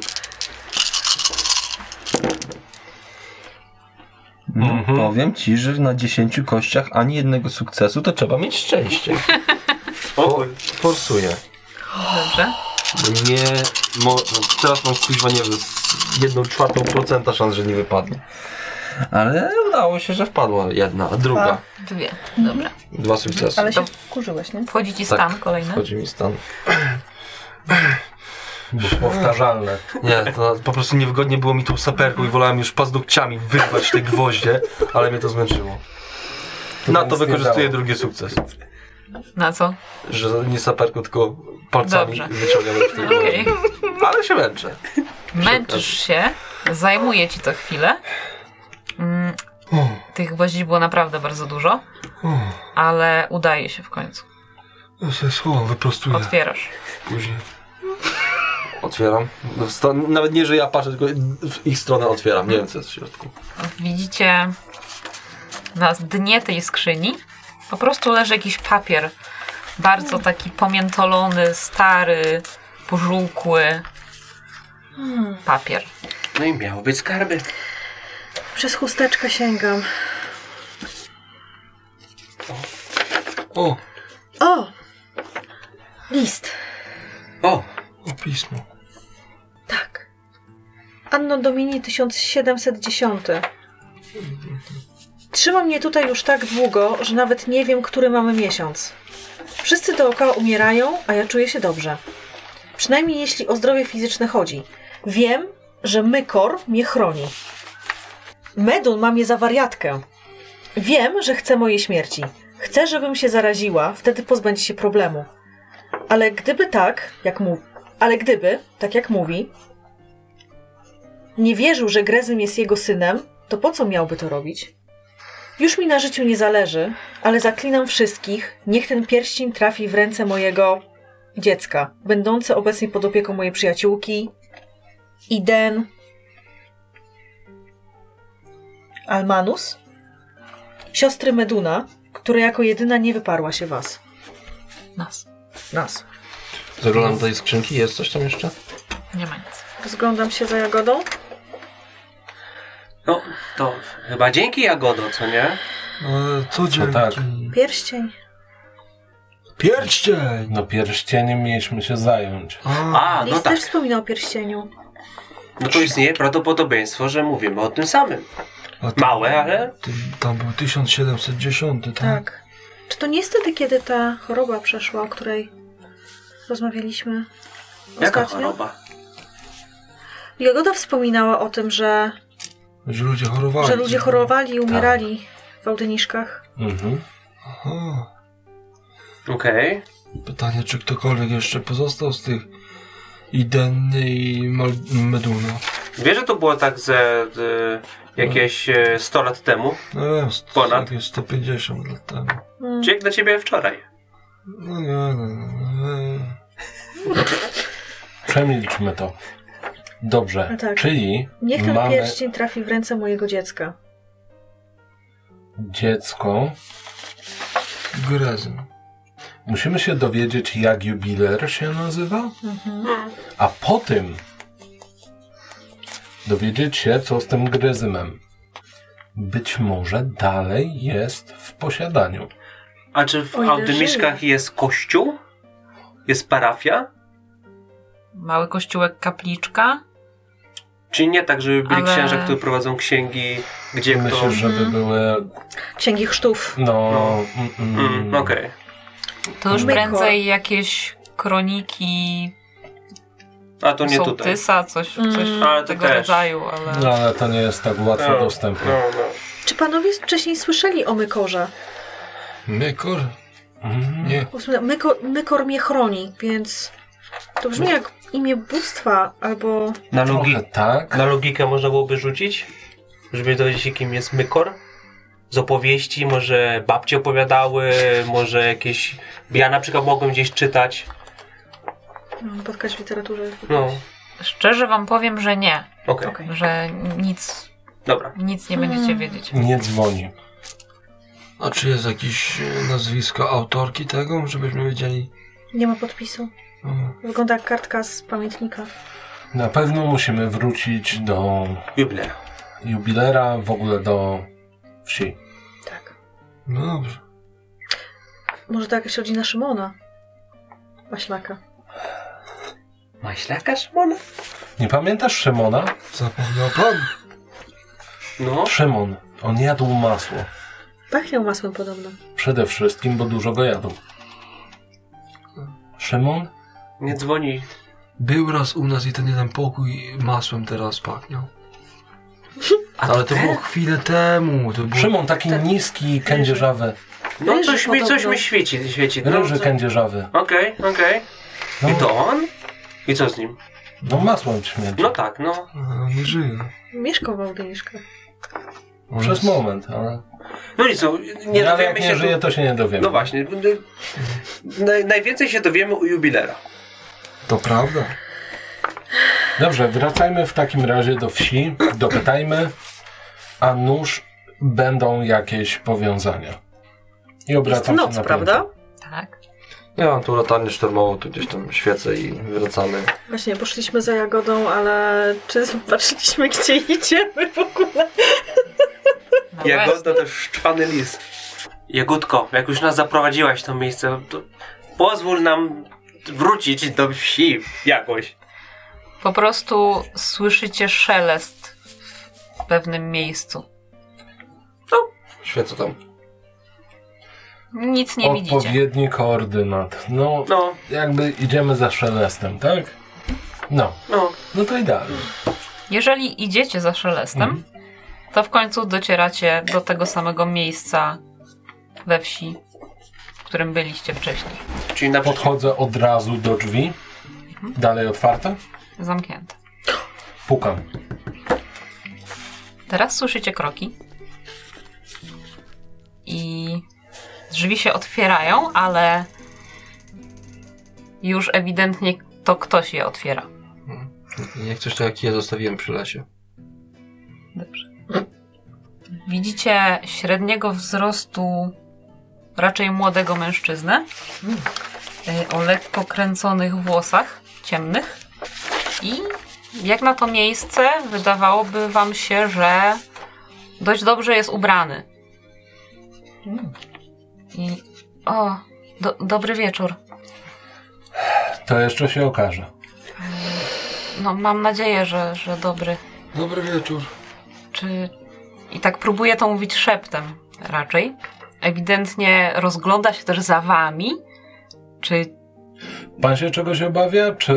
Mhm. No, Powiem ci, że na dziesięciu kościach ani jednego sukcesu to trzeba mieć szczęście. O, Forsuję. Dobrze. Nie mo- Teraz mam kuźwa, nie wiem, z jedną czwartą procenta szans, że nie wypadnie. Ale udało się, że wpadła jedna, a druga. Dwie. Dobra. Dwa sukcesy. Ale się To- wkurzyłeś, nie? Wchodzi ci Tak. stan kolejny. Wchodzi mi stan. Powtarzalne. Nie, to po prostu niewygodnie było mi tą saperką i wolałem już paznokciami wyrwać te gwoździe, ale mnie to zmęczyło. Na nic to nie wykorzystuję dało. drugi sukces. Na co? Że nie saperką, tylko palcami Dobrze. wyciągam już te gwoździe. Okej. Ale się męczę. Męczysz się, zajmuje ci to chwilę. Mm, tych gwoździ było naprawdę bardzo dużo, ale udaje się w końcu. Ja sobie schowam, wyprostuję Otwierasz. później. Otwieram. No, sta- Nawet nie, że ja patrzę, tylko w ich stronę otwieram. Nie wiem, co jest w środku. Widzicie na dnie tej skrzyni po prostu leży jakiś papier. Bardzo taki pomiętolony, stary, pożółkły papier. no i miało być skarby. Przez chusteczkę sięgam. O, O! Oh. List. O, o pismo. Tak. Anno Domini 1710. Trzyma mnie tutaj już tak długo, że nawet nie wiem, który mamy miesiąc. Wszyscy dookoła umierają, a ja czuję się dobrze. Przynajmniej jeśli o zdrowie fizyczne chodzi. Wiem, że Mykor mnie chroni. Medun ma mnie za wariatkę. Wiem, że chce mojej śmierci. Chcę, żebym się zaraziła, wtedy pozbędzie się problemu. Ale gdyby tak, jak mu... Ale gdyby, tak jak mówi, nie wierzył, że Grezym jest jego synem, to po co miałby to robić? Już mi na życiu nie zależy, ale zaklinam wszystkich, niech ten pierścień trafi w ręce mojego dziecka, będące obecnie pod opieką mojej przyjaciółki, Iden Almanus, siostry Meduna, która jako jedyna nie wyparła się was. Nas. Nas. Zaglądam do tej skrzynki. Jest coś tam jeszcze? Nie ma nic. Rozglądam się za Jagodą. no to chyba dzięki Jagodo, co nie? Ale No co dzięki? tak. Pierścień. Pierścień! No pierścieniem mieliśmy się zająć. A, A, no List tak. też wspominał o pierścieniu. No to istnieje prawdopodobieństwo, że mówimy o tym samym. a ty- Małe, ale... Ty, tam był 1710, tak? Tak. Czy to nie jest wtedy, kiedy ta choroba przeszła, o której rozmawialiśmy Jaka ostatnio? choroba? Jagoda wspominała o tym, że, Że ludzie chorowali. że ludzie chorowali Tak. i umierali w Aldyniszkach. Mhm. Aha. Okej. Pytanie, czy ktokolwiek jeszcze pozostał z tych Idenny i Mal- Meduna. Wiesz, że to było tak ze... Y, jakieś e, 100 lat temu? No wiem, st- Ponad. jakieś 150 lat temu. Mm. Czy jak dla ciebie wczoraj? No nie, no, no, nie. Przemilczmy to. Dobrze, No tak. czyli Niech ten mamy pierścień trafi w ręce mojego dziecka. dziecko Gryzem. Musimy się dowiedzieć, jak jubiler się nazywa, a po tym dowiedzieć się, co z tym gryzymem. Być może dalej jest w posiadaniu. A czy w O ile Audymiszkach jest kościół? Jest parafia? Mały kościółek, kapliczka. Czy nie tak, żeby byli Ale- księża, którzy prowadzą księgi, gdzie kto... Myślę, żeby były, Księgi chrztów. no... mm, mm. Mm, Okej. To już Myko. prędzej jakieś kroniki A to nie tutaj. sołtysa, coś, coś Mm. Ale to tego też. rodzaju, ale... No ale to nie jest tak łatwo No, dostępne. No, no. Czy panowie wcześniej słyszeli o mykorze? Mykor? Mhm. Nie. Bo w sumie Myko, mykor mnie chroni, więc to brzmi jak imię bóstwa albo... Na, logi- Trochę tak. na logikę można byłoby rzucić, żeby dowiedzieć się, kim jest Mykor. Z opowieści, może babcie opowiadały, może jakieś... Ja na przykład mogłem gdzieś czytać. mm, Podcast w literaturze. No, Szczerze wam powiem, że nie. okej. Okej. Mm. Że nic, Dobra. nic nie będziecie wiedzieć. Nie dzwoni. A czy jest jakieś e, nazwisko autorki tego, żebyśmy wiedzieli? Nie ma podpisu. Mm. Wygląda jak kartka z pamiętnika. Na pewno musimy wrócić do Jubiler. jubilera, w ogóle do wsi. Tak. No dobrze. Może to jakaś rodzina Szymona. Maślaka. Maślaka Szymona? Nie pamiętasz Szymona? Zapomniał pan. No. Szymon, on jadł masło. Pachniał masłem podobno. Przede wszystkim, bo dużo go jadł. Szymon? Nie dzwoni. Był raz u nas i ten jeden pokój masłem teraz pachniał. Ale to było chwilę temu. To było... Szymon taki Tak. niski, kędzierzawy. No Ryży coś mi, coś podobno. mi świeci, świeci. No, Ryży co- kędzierzawy. Okej, okej. No, I to on? I co z nim? no masłem śmierdzi. No tak, no. A, nie żyje. Mieszkał w Audyniszkę. No, Przez moment, ale... No nic, no, nie ale jak dowiemy nie się. żyje, to się nie dowiemy. No właśnie. Naj, najwięcej się dowiemy u jubilera. To prawda. Dobrze, wracajmy w takim razie do wsi, dopytajmy, a nuż będą jakieś powiązania. I Jest obracam się noc, na prawda? Tak. Ja mam tu latarnię sztormową, tu gdzieś tam świecę i wracamy. Właśnie, poszliśmy za Jagodą, ale czy zobaczyliśmy, gdzie idziemy w ogóle? No właśnie. Jagoda też szczwany lis. Jagódko, jak już nas zaprowadziłaś w to miejsce, to pozwól nam wrócić do wsi jakoś. Po prostu słyszycie szelest w pewnym miejscu. No. Świecę tam. Nic nie Odpowiedni widzicie. koordynat. No, No, jakby idziemy za szelestem, tak? No, no. no to idealnie. Jeżeli idziecie za szelestem, Mhm. to w końcu docieracie do tego samego miejsca we wsi, w którym byliście wcześniej. Czyli na Podchodzę od razu do drzwi, dalej otwarte, Zamknięte. pukam. Teraz słyszycie kroki. I drzwi się otwierają, ale już ewidentnie to ktoś je otwiera. Jak coś to jak ja zostawiłem przy lesie. Widzicie średniego wzrostu, raczej młodego mężczyznę y, o lekko kręconych włosach ciemnych. I jak na to miejsce, wydawałoby Wam się, że dość dobrze jest ubrany. I o, do, dobry wieczór. To jeszcze się okaże. No, mam nadzieję, że, że dobry. Dobry wieczór. Czy. I tak próbuje to mówić szeptem raczej. Ewidentnie rozgląda się też za wami. Czy. Pan się czegoś obawia, czy...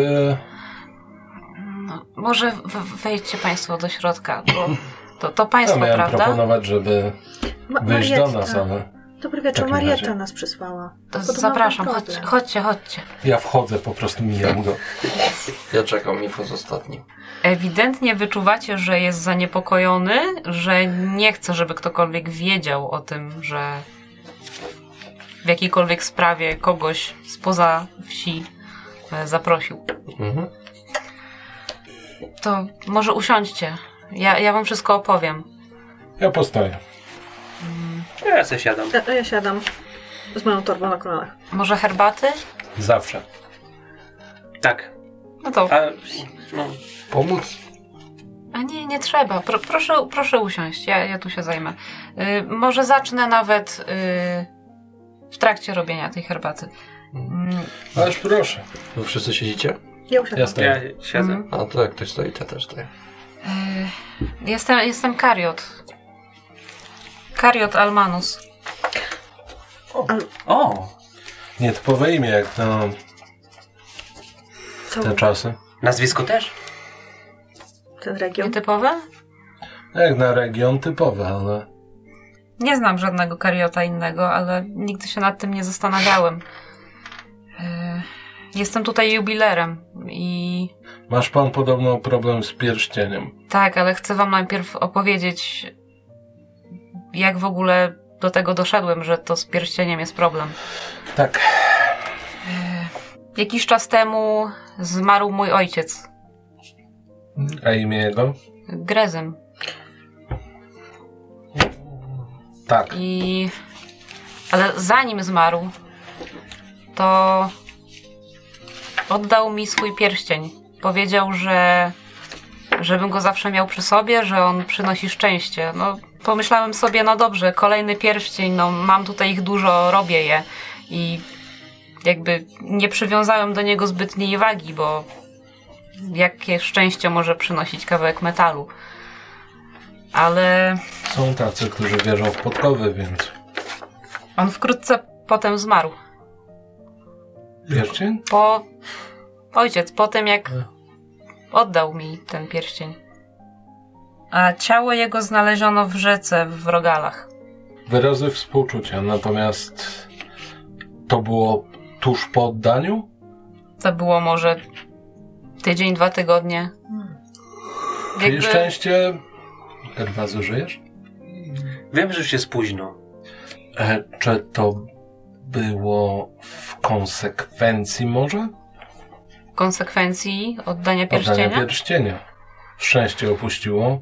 No, może w- w- wejdźcie Państwo do środka, bo to, to Ja Państwo, No, miałem prawda? proponować, żeby Ma- wyjść do nas, Marietta. ale... Dobry wieczór, W takim Marietta razie. nas przysłała. To Podobno zapraszam, mam chodźcie, problem. chodźcie, chodźcie. Ja wchodzę, po prostu mijam go. Ja czekam info z ostatnim. Ewidentnie wyczuwacie, że jest zaniepokojony, że nie chce, żeby ktokolwiek wiedział o tym, że w jakiejkolwiek sprawie kogoś spoza wsi e, zaprosił. Mhm. To może usiądźcie. Ja, ja wam wszystko opowiem. Ja postoję. Ja se siadam. Ja, ja siadam. Z moją torbą na kolanach. Może herbaty? Zawsze. Tak. No to. A, no, Pomóc? A nie, nie trzeba. Pro, proszę, proszę usiąść, ja, ja tu się zajmę. Y, może zacznę nawet y, w trakcie robienia tej herbaty. Mm, Aż proszę. Wy wszyscy siedzicie? Ja usiadłam. Ja ja stoję. siedzę. mm. A to jak ktoś stoi, to ja też stoję. Y, jestem, jestem Kariot. Kariot Almanus. O! Nietypowe imię jak na Cały te czasy. Nazwisko też? ten region. Nietypowe? Jak na region typowe, ale Nie znam żadnego kariota innego, ale nigdy się nad tym nie zastanawiałem. Y, Jestem tutaj jubilerem i masz pan podobno problem z pierścieniem. tak, ale chcę wam najpierw opowiedzieć, jak w ogóle do tego doszedłem, że to z pierścieniem jest problem. Tak. Jakiś czas temu zmarł mój ojciec, A imię jego? Grezym. Tak. I. Ale zanim zmarł, to oddał mi swój pierścień. Powiedział, że żebym go zawsze miał przy sobie, że on przynosi szczęście. No, pomyślałem sobie, no dobrze, kolejny pierścień, no mam tutaj ich dużo, robię je i jakby nie przywiązałem do niego zbytniej wagi, bo jakie szczęście może przynosić kawałek metalu. Ale Są tacy, którzy wierzą w podkowy, więc on wkrótce potem zmarł. pierścień? Po. Ojciec, po tym jak No. oddał mi ten pierścień. A ciało jego znaleziono w rzece w Rogalach. Wyrazy współczucia, natomiast to było tuż po oddaniu? To było może tydzień, dwa tygodnie. Czyli szczęście... Gerwazy, żyjesz? Wiem, że już jest późno. E, czy to było w konsekwencji może? konsekwencji oddania Oddania pierścienia? pierścienia. Szczęście opuściło.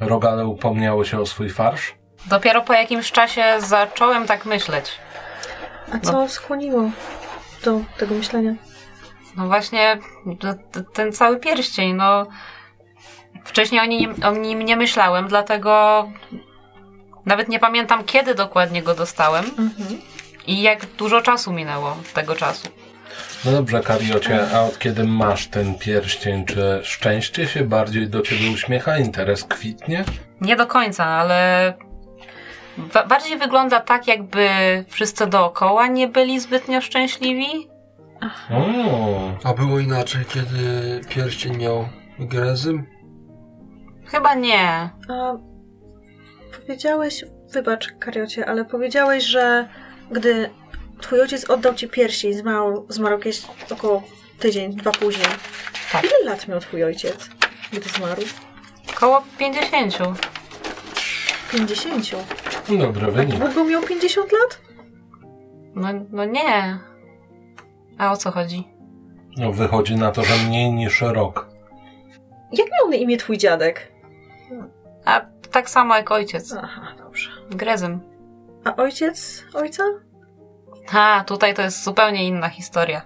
Rogale upomniały się o swój farsz. Dopiero po jakimś czasie zacząłem tak myśleć. A co skłoniło do tego myślenia? No właśnie, t- t- ten cały pierścień, no. Wcześniej o nim, o nim nie myślałem, dlatego nawet nie pamiętam, kiedy dokładnie go dostałem Mhm. i jak dużo czasu minęło od tego czasu. No dobrze, Kariocie, a od kiedy masz ten pierścień, czy szczęście się bardziej do ciebie uśmiecha, interes kwitnie? Nie do końca, ale ba- bardziej wygląda tak, jakby wszyscy dookoła nie byli zbytnio szczęśliwi. O, A było inaczej, kiedy pierścień miał grezym? Chyba nie. A powiedziałeś, wybacz Kariocie, ale powiedziałeś, że gdy twój ojciec oddał ci pierścień, zmarł, zmarł jakieś około tydzień, dwa później. Tak. Ile lat miał twój ojciec, gdy zmarł? Koło 50. 50. dobry wynik. Długo miał 50 lat? No, no nie. A o co chodzi? No wychodzi na to, że mniej niż rok. Jak miał na imię twój dziadek? A tak samo jak ojciec. Aha, dobrze. Grezym. A ojciec ojca? Ha, tutaj to jest zupełnie inna historia.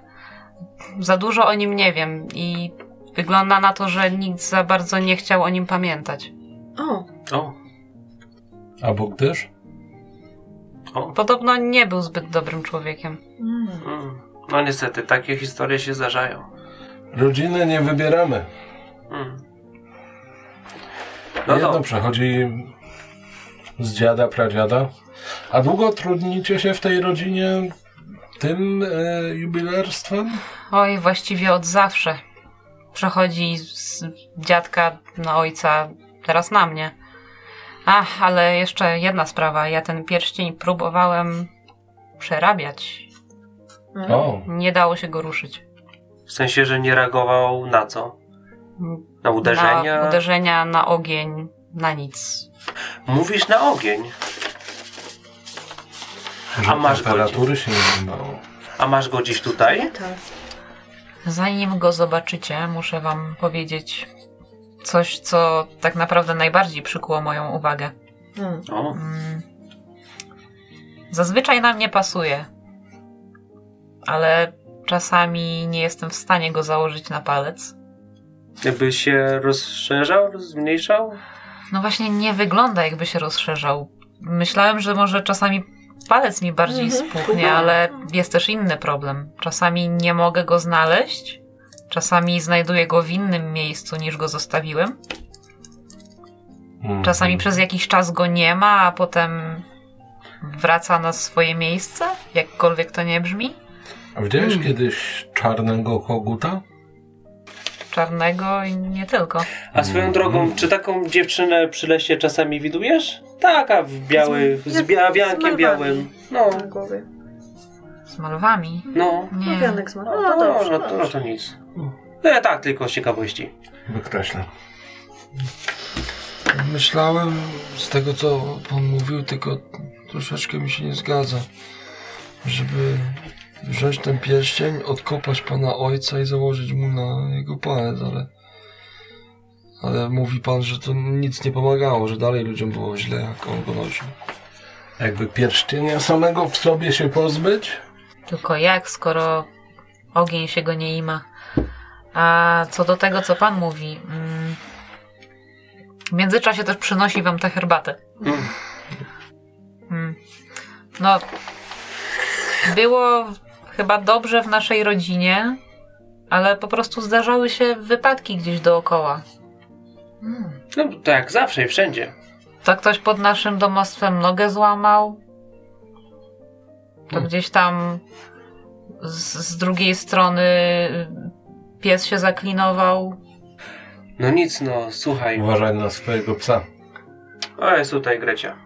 Za dużo o nim nie wiem i wygląda na to, że nikt za bardzo nie chciał o nim pamiętać. O, O, A Bóg gdyż? o. Podobno nie był zbyt dobrym człowiekiem. mm. Mm. No niestety, takie historie się zdarzają. Rodziny nie wybieramy. Mm. No No Jedno dobrze. przechodzi z dziada, pradziada. A długo trudnicie się w tej rodzinie tym e, jubilerstwem? Oj, właściwie od zawsze. Przechodzi z dziadka na ojca, teraz na mnie. Ach, ale jeszcze jedna sprawa. Ja ten pierścień próbowałem przerabiać. O, Nie dało się go ruszyć. W sensie, że nie reagował na co? Na uderzenia? Na uderzenia, na ogień, na nic. Mówisz na ogień. że A masz temperatury się nie zmieniało. A masz go dziś tutaj? Tak. Zanim go zobaczycie, muszę wam powiedzieć coś, co tak No. naprawdę najbardziej przykuło moją uwagę. Mm. O, Mm. Zazwyczaj nam nie pasuje, ale czasami nie jestem w stanie go założyć na palec. Jakby się rozszerzał, zmniejszał? No właśnie nie wygląda jakby się rozszerzał. Myślałem, że może czasami palec mi bardziej Mhm. spuchnie, ale jest też inny problem. Czasami nie mogę go znaleźć, czasami znajduję go w innym miejscu niż go zostawiłem. Mhm. Czasami przez jakiś czas go nie ma, a potem wraca na swoje miejsce, jakkolwiek to nie brzmi. A widziałeś kiedyś czarnego koguta? Czarnego i nie tylko. A swoją drogą, czy taką dziewczynę przy lesie czasami widujesz? Taka w biały, z, bia, wiankiem malwami białym. No, Na głowie. Z malwami. no. No, Nie. wianek zmarł. No, O, no, dobrze, no, to, no to nic. No tak, tylko z ciekawości. Wykreślam. Myślałem z tego, co pan mówił, tylko troszeczkę mi się nie zgadza. Żeby wziąć ten pierścień, odkopać pana ojca i założyć mu na jego palec, ale... Ale mówi pan, że to nic nie pomagało, że dalej ludziom było źle, jak on go nosił. Jakby pierścienia samego w sobie się pozbyć? Tylko jak, skoro ogień się go nie ima. A co do tego, co pan mówi. mm, W międzyczasie też przynosi wam tę herbatę. Mm. No. Było chyba dobrze w naszej rodzinie, ale po prostu zdarzały się wypadki gdzieś dookoła. No tak, zawsze i wszędzie. To ktoś pod naszym domostwem nogę złamał. To Hmm. gdzieś tam z, z drugiej strony pies się zaklinował. No nic, no, słuchaj. Uważaj na swojego psa. A jest tutaj Grecia.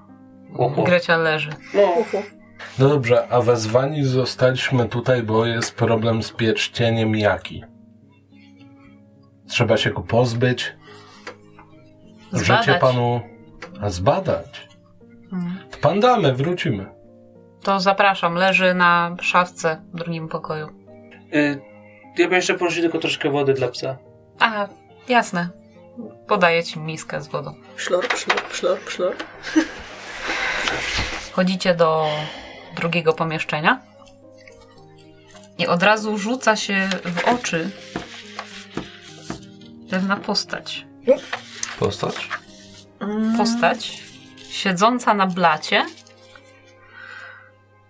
Oho. Grecia leży. No, Ufu. No dobrze, a wezwani zostaliśmy tutaj, bo jest problem z pierścieniem jaki? Trzeba się go pozbyć. Życie Zbadać. Hmm. panu a zbadać. To pan damy, wrócimy. To zapraszam, leży na szafce w drugim pokoju. y, ja bym jeszcze prosił tylko troszkę wody dla psa. A, jasne. Podaję ci miskę z wodą. Szlorp, szlorp, szlorp, szlorp. Wchodzicie do drugiego pomieszczenia i od razu rzuca się w oczy pewna postać. Postać? Mm. postać siedząca na blacie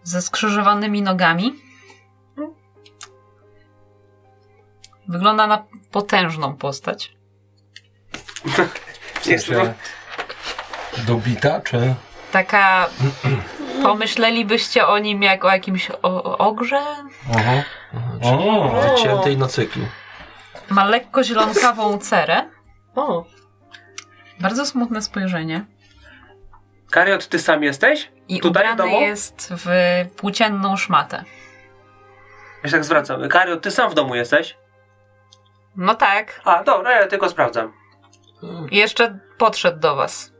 ze skrzyżowanymi nogami. Wygląda na potężną postać. Jest no, to... Się dobita, czy... Taka [clears throat] pomyślelibyście o nim jak o jakimś o- o- ogrze. Aha. O, Wyciętej na cyklu. Ma lekko zielonkawą cerę. O, Bardzo smutne spojrzenie. Kariot, ty sam jesteś? I Tutaj w ubrany domu? jest w płócienną szmatę. Ja się tak zwracam. Kariot, ty sam w domu jesteś? No tak. A, dobra, ja tylko sprawdzam. I Jeszcze podszedł do was.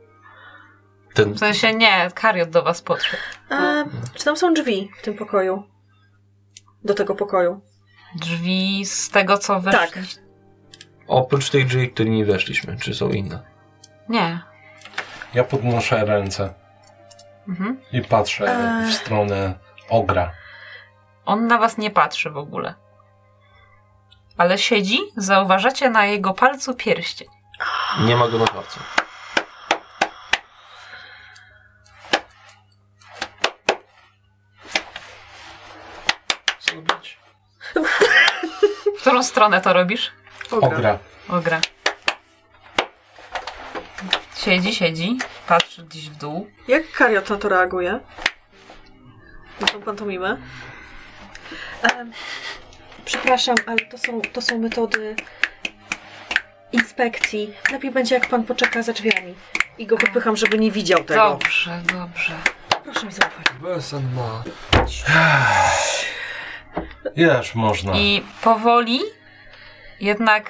Ten W sensie nie, Kariot do was podszedł. a czy tam są drzwi w tym pokoju? Do tego pokoju. drzwi z tego, co weszli. Tak. oprócz tej drzwi, którymi weszliśmy, czy są inne? Nie. ja podnoszę ręce Mhm. i patrzę Eee. w stronę ogra. On na was nie patrzy w ogóle. Ale siedzi, zauważacie na jego palcu pierścień. Nie ma go na palcu. Zrobić? W którą stronę to robisz? Ogra. Ogra. Siedzi, siedzi, patrzy gdzieś w dół. Jak Kariot na to reaguje? Na tą pantomimę? Em, przepraszam, ale to są, to są metody inspekcji. Lepiej będzie, jak pan poczeka za drzwiami. I go wypycham, żeby nie widział tego. Dobrze, dobrze. Proszę mi zaufać. Besen ma. Ileż można. I powoli jednak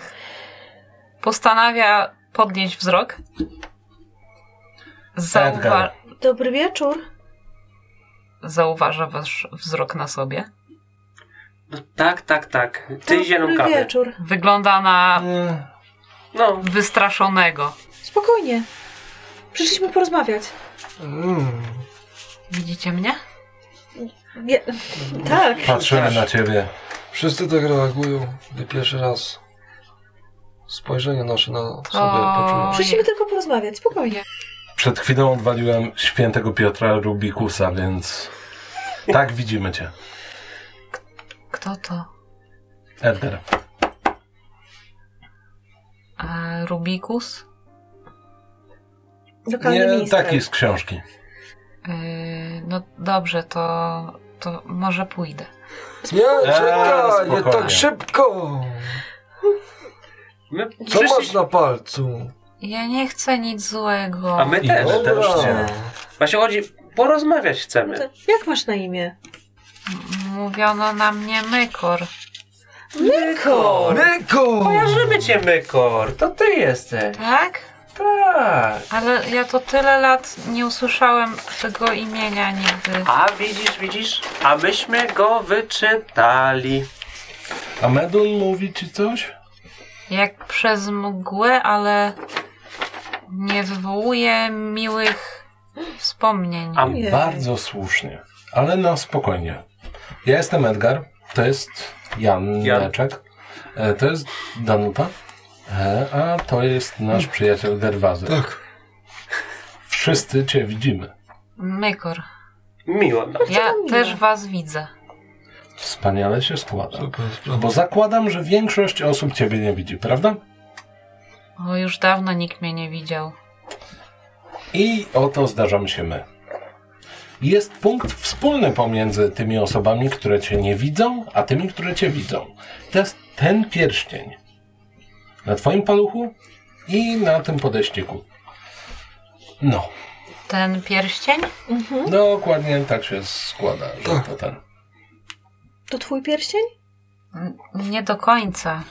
postanawia podnieść wzrok. Zauwa- Edgar. Dobry wieczór. zauważa wasz wzrok na sobie. No, tak, tak, tak. No, Ty zieloną Dobry kawę. wieczór. Wygląda na Nie. No, wystraszonego. Hmm, Spokojnie. Przyszliśmy porozmawiać. Widzicie mnie? Nie, tak. Patrzymy na ciebie. Wszyscy tak reagują, gdy pierwszy raz spojrzenie nasze na sobie O. poczują. Przyszliśmy tylko porozmawiać, spokojnie. Przed chwilą odwaliłem świętego Piotra Rubikusa, więc tak widzimy cię. Kto to? Elder. E, Rubikus? Lokalny Nie minister. taki z książki. E, no dobrze, to, to może pójdę. Nie, Eee, czekaj, nie spokojnie. tak szybko! My Co przyszli- masz na palcu? Ja nie chcę nic złego. A my I też. on też nie. Właśnie chodzi, porozmawiać To- chcemy. Jak masz na imię? Mówiono na mnie mykor. Mykor! Myko! Kojarzymy cię, Mykor, to ty jesteś. Tak? Tak. Ale ja to tyle lat nie usłyszałem tego imienia nigdy. A widzisz, widzisz? A myśmy go wyczytali. A Medun mówi ci coś? Jak przez mgłę, ale nie wywołuje miłych wspomnień. A Ojej. Bardzo słusznie. Ale na spokojnie. Ja jestem Edgar, to jest Jan Jan. Leczek, e, to jest Danuta, e, a to jest nasz przyjaciel Derwazy. Tak. Wszyscy cię widzimy. Mykor. miło no. No. nam. Ja miłe. też was widzę. Wspaniale się składa. Super sprawa. Bo zakładam, że większość osób ciebie nie widzi, prawda? O, już dawno nikt mnie nie widział. I oto zdarzamy się my. Jest punkt wspólny pomiędzy tymi osobami, które cię nie widzą, a tymi, które cię widzą. To jest ten pierścień na twoim paluchu i na tym podejściku. No, Ten pierścień? Mhm. dokładnie tak się składa, Tak. że to ten. To twój pierścień? N- Nie do końca,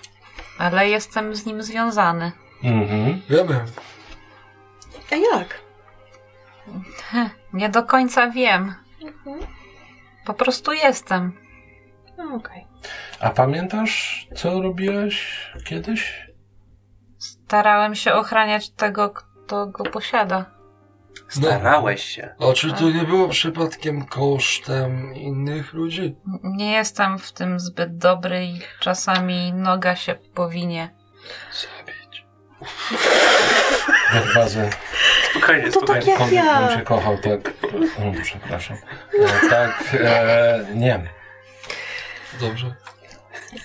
ale jestem z nim związany. Mhm. Wiemy. A jak? Nie do końca wiem. Po prostu jestem. No, Okej. A pamiętasz, co robiłeś kiedyś? Starałem się ochraniać tego, kto go posiada. No. Starałeś się. A czy to nie było przypadkiem kosztem innych ludzi? N- Nie jestem w tym zbyt dobry i czasami noga się powinie. Gerwazy, Spokojnie, To tak spokojnie. jak kobiet bym ja. cię kochał, tak... O, przepraszam. E, tak, e, nie. Dobrze.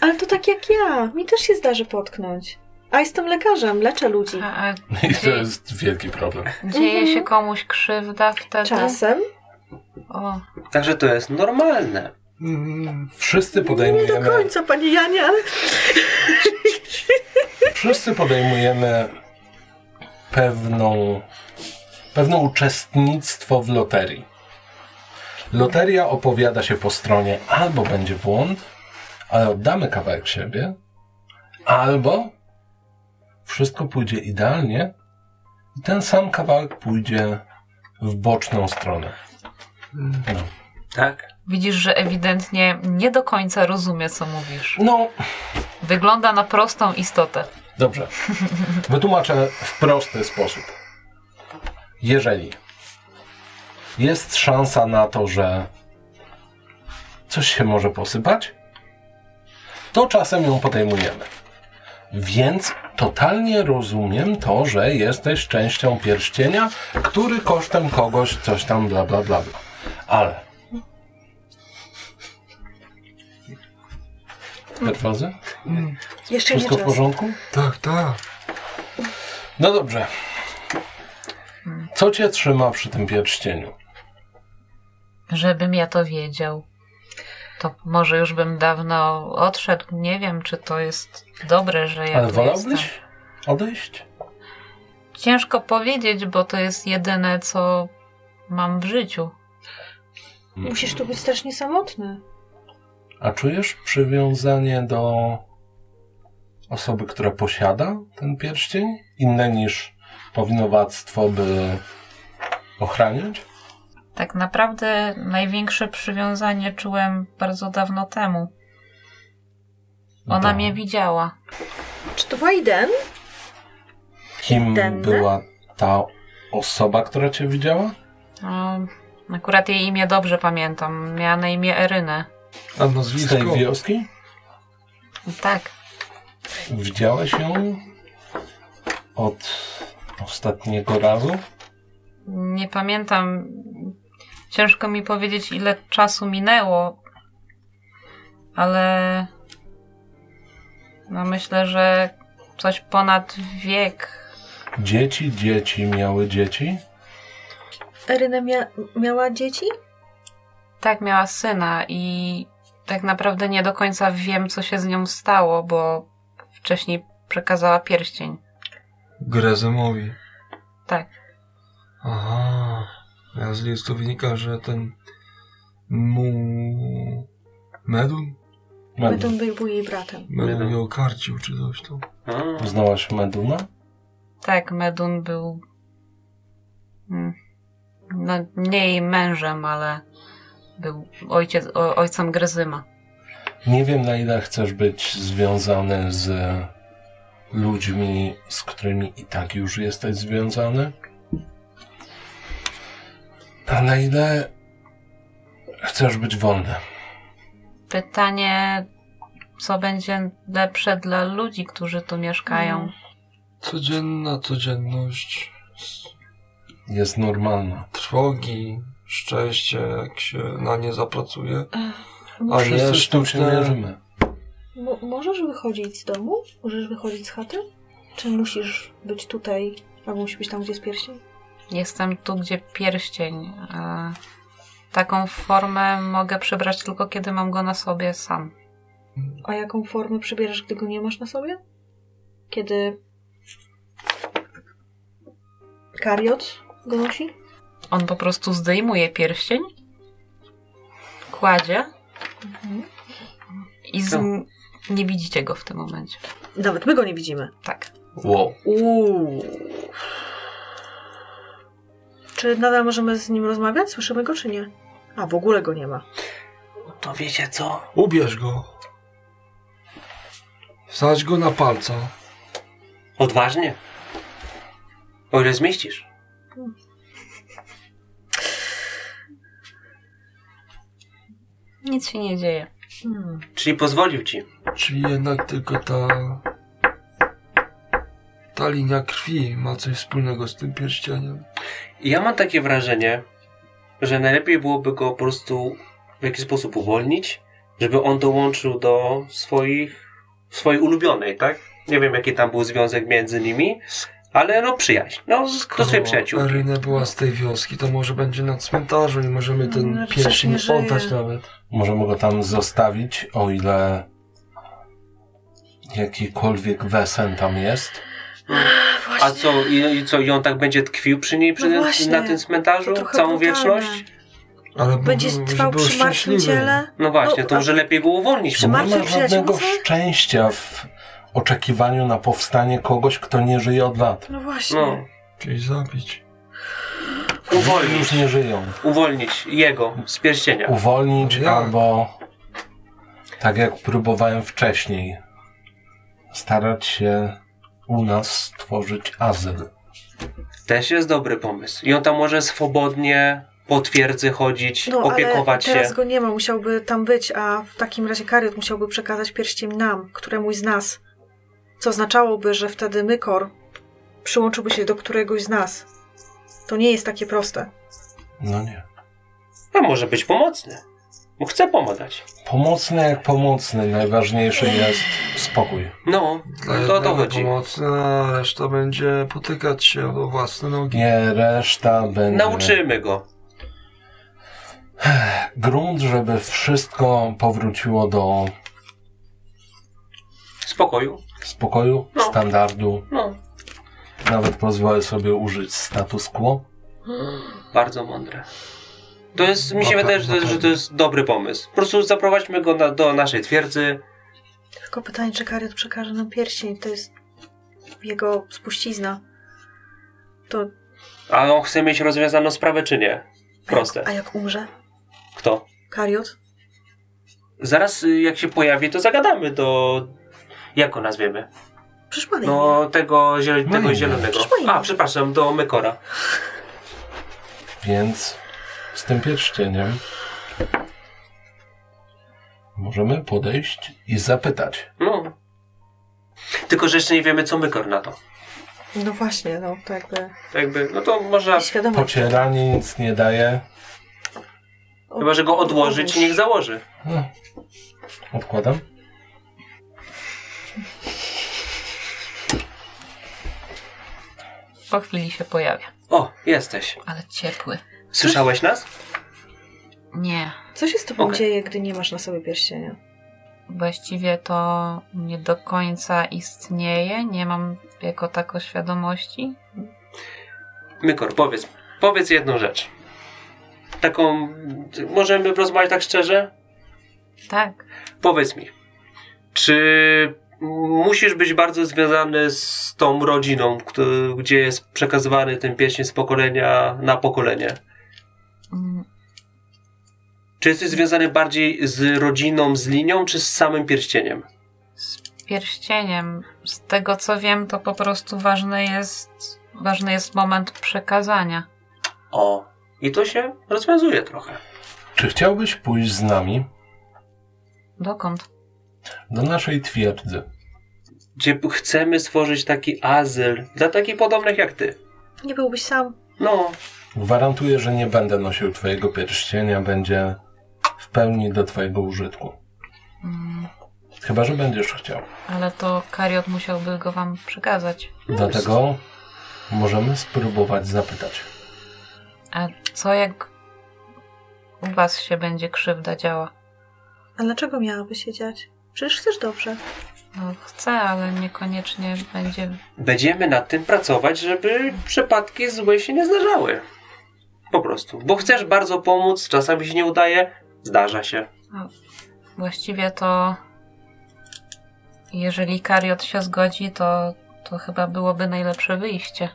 Ale to tak jak ja. Mi też się zdarzy potknąć. A jestem lekarzem, leczę ludzi. A, a I to jest wielki problem. dzieje Mhm. się komuś krzywda wtedy? Czasem. O, Także to jest normalne. Mm, Wszyscy Nie do podejmujemy, końca, panie Janie, ale... wszyscy podejmujemy pewną, pewne uczestnictwo w loterii. Loteria opowiada się po stronie albo będzie błąd, ale oddamy kawałek siebie, albo wszystko pójdzie idealnie i ten sam kawałek pójdzie w boczną stronę. Tak. widzisz, że ewidentnie nie do końca rozumie, co mówisz. No, Wygląda na prostą istotę. Dobrze. Wytłumaczę w prosty sposób. Jeżeli jest szansa na to, że coś się może posypać, to czasem ją podejmujemy. Więc totalnie rozumiem to, że jesteś częścią pierścienia, który kosztem kogoś coś tam bla bla bla bla. Ale. Perfrazy? Jeszcze nie Wszystko w czas. porządku? tak, tak. No dobrze. Co cię trzyma przy tym pierścieniu? Żebym ja to wiedział. To może już bym dawno odszedł. Nie wiem, czy to jest dobre, że ja Ale tu jestem. wolałbyś odejść? Ciężko powiedzieć, bo to jest jedyne, co mam w życiu. Musisz tu być strasznie samotny. A czujesz przywiązanie do osoby, która posiada ten pierścień? Inne niż powinowactwo, by ochraniać? Tak naprawdę największe przywiązanie czułem bardzo dawno temu. Ona Do mnie widziała. Czy to Biden? Kim Denne? była ta osoba, która cię widziała? No, Akurat jej imię dobrze pamiętam. Miała na imię Erynę. A Z tej nazwisko? wioski? Tak. Widziałeś ją od ostatniego razu? Nie pamiętam. Ciężko mi powiedzieć, ile czasu minęło, ale no myślę, że coś ponad wiek. Dzieci, dzieci miały dzieci? Eryna mia miała dzieci? Tak, miała syna i tak naprawdę nie do końca wiem, co się z nią stało, bo wcześniej przekazała pierścień. Grezemowi. Tak. Aha. A z listu wynika, że ten mu... Medun? Medun. Medun był jej bratem. Medun Medun. mnie okarcił czy coś tam. Mm. Znałaś Meduna? Tak, Medun był. mm, No, nie jej mężem, ale był ojciec, o, ojcem Grezyma. Nie wiem, na ile chcesz być związany z ludźmi, z którymi i tak już jesteś związany. A na ile chcesz być wolny? Pytanie, co będzie lepsze dla ludzi, którzy tu mieszkają. Codzienna codzienność. s- Jest normalna. Trwogi, szczęście, jak się na nie zapracuje. A A nie nie sztucznie sztuczne... mierzymy. Mo- możesz wychodzić z domu? Możesz wychodzić z chaty? Czy musisz być tutaj, albo musisz być tam, gdzie jest pierścień? Jestem tu, gdzie pierścień. A taką formę mogę przybrać tylko, kiedy mam go na sobie sam. A jaką formę przybierasz, gdy go nie masz na sobie? Kiedy kariot go nosi? On po prostu zdejmuje pierścień, kładzie i z... nie widzicie go w tym momencie. Nawet my go nie widzimy. Tak. Wow. Uuu. Czy nadal możemy z nim rozmawiać? Słyszymy go, czy nie? A, w ogóle go nie ma. To wiecie co? Ubierz go. Wsadź go na palca. Odważnie. O ile zmieścisz? Nic się nie dzieje. Hmm. Czyli pozwolił ci. Czyli jednak tylko ta... Ta linia krwi ma coś wspólnego z tym pierścieniem. I ja mam takie wrażenie, że najlepiej byłoby go po prostu w jakiś sposób uwolnić, żeby on dołączył do swoich, swojej ulubionej, tak? Nie wiem, jaki tam był związek między nimi, ale no przyjaźń. No, do swojej przyjaciółki. Erynę była z tej wioski, to może będzie na cmentarzu i możemy ten No, przecież pierścień nie żyje. oddać nawet. Możemy go tam zostawić, o ile jakikolwiek wesen tam jest. A co, i, i co, i on tak będzie tkwił przy niej przy No tym- właśnie, na tym cmentarzu to trochę całą brutalne. wieczność? Ale Będzie mówimy, że trwał był przy martwym szczęśliwy. ciele? No właśnie, No, to a- może lepiej go uwolnić. Czy po nie prostu. martwej ma żadnego przyjaciółce? szczęścia w oczekiwaniu na powstanie kogoś, kto nie żyje od lat. No właśnie. No, Czyli zabić. Ludzie uwolnić, już nie żyją. uwolnić jego z pierścienia. Uwolnić No jak? albo tak jak próbowałem wcześniej, starać się u nas stworzyć azyl. Też jest dobry pomysł. I on tam może swobodnie po twierdzy chodzić, No, opiekować ale teraz się. go nie ma, musiałby tam być, a w takim razie Kariot musiałby przekazać pierścień nam, któremuś z nas. Co oznaczałoby, że wtedy Mykor przyłączyłby się do któregoś z nas. To nie jest takie proste. No nie. A może być pomocny. Bo chce pomagać. Pomocny jak pomocny, najważniejszy jest spokój. No, Dla to o to jednego chodzi. Pomocna, a reszta będzie potykać się o własne nogi. Nie, reszta będzie... Nauczymy go. Grunt, żeby wszystko powróciło do Spokoju. spokoju, No. standardu. No, Nawet pozwolę sobie użyć status quo. bardzo mądre. To jest, mi się Dobra, wydaje, że to jest, że to jest dobry pomysł. Po prostu zaprowadźmy go na, do naszej twierdzy. Tylko pytanie, czy Kariot przekaże nam pierścień. To jest jego spuścizna. To A on chce mieć rozwiązaną sprawę, czy nie? Proste. A jak, a jak umrze? Kto? Kariot? Zaraz y, jak się pojawi, to zagadamy do... Jak go nazwiemy? Przecież ma imię. No, tego, ziel- tego Moim. zielonego. Przecież moim. A, przepraszam, do Mekora. Więc z tym pierścieniem możemy podejść i zapytać. No. Tylko, że jeszcze nie wiemy, co my na to. No właśnie, no to jakby Jakby, no to można, świadomość. Pocieranie nic nie daje. chyba, że go odłożyć i niech założy. No. Odkładam. Po chwili się pojawia. O, jesteś. Ale ciepły. Słyszałeś nas? Nie. Co się z tobą Okej. dzieje, gdy nie masz na sobie pierścienia? Właściwie to nie do końca istnieje. Nie mam jako tako świadomości. Mykor, powiedz, powiedz jedną rzecz. Taką, możemy rozmawiać tak szczerze? Tak. Powiedz mi, czy musisz być bardzo związany z tą rodziną, któ- gdzie jest przekazywany ten pieśń z pokolenia na pokolenie? Mm, Czy jesteś związany bardziej z rodziną, z linią, czy z samym pierścieniem? Pierścieniem. Z tego co wiem, to po prostu ważny jest, ważny jest moment przekazania. O, i to się rozwiązuje trochę. Czy chciałbyś pójść z nami Dokąd? do naszej twierdzy? Gdzie p- chcemy stworzyć taki azyl dla takich podobnych jak ty. Nie byłbyś sam. No, Gwarantuję, że nie będę nosił twojego pierścienia, będzie w pełni do twojego użytku. Mm, Chyba, że będziesz chciał. ale to Kariot musiałby go wam przekazać. Dlatego możemy spróbować zapytać. A co jak u was się będzie krzywda działa? A dlaczego miałaby się dziać? Przecież chcesz dobrze. No chcę, ale niekoniecznie będzie. będziemy nad tym pracować, żeby przypadki złe się nie zdarzały. Po prostu. Bo chcesz bardzo pomóc, czasami się nie udaje, zdarza się. Właściwie to. Jeżeli Kariot się zgodzi, to, to chyba byłoby najlepsze wyjście.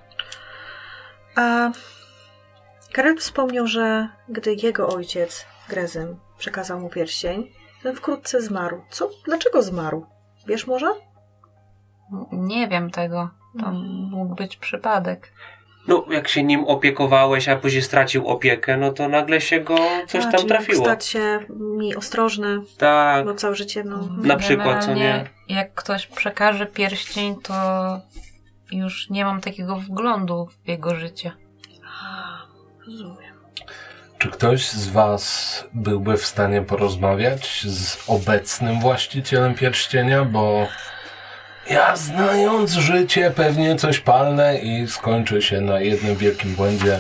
A Karel wspomniał, że gdy jego ojciec, Grezym, przekazał mu pierścień, ten wkrótce zmarł. Co? Dlaczego zmarł? Wiesz może? N- Nie wiem tego. To mógł być przypadek. No, jak się nim opiekowałeś, a później stracił opiekę, no to nagle się go coś A, tam czyli trafiło. Stać się mi ostrożny, Tak. bo całe życie, no... Na przykład, co nie? Jak ktoś przekaże pierścień, to już nie mam takiego wglądu w jego życie. A, Rozumiem. Czy ktoś z Was byłby w stanie porozmawiać z obecnym właścicielem pierścienia? Bo ja, znając życie, pewnie coś palnę i skończy się na jednym wielkim błędzie.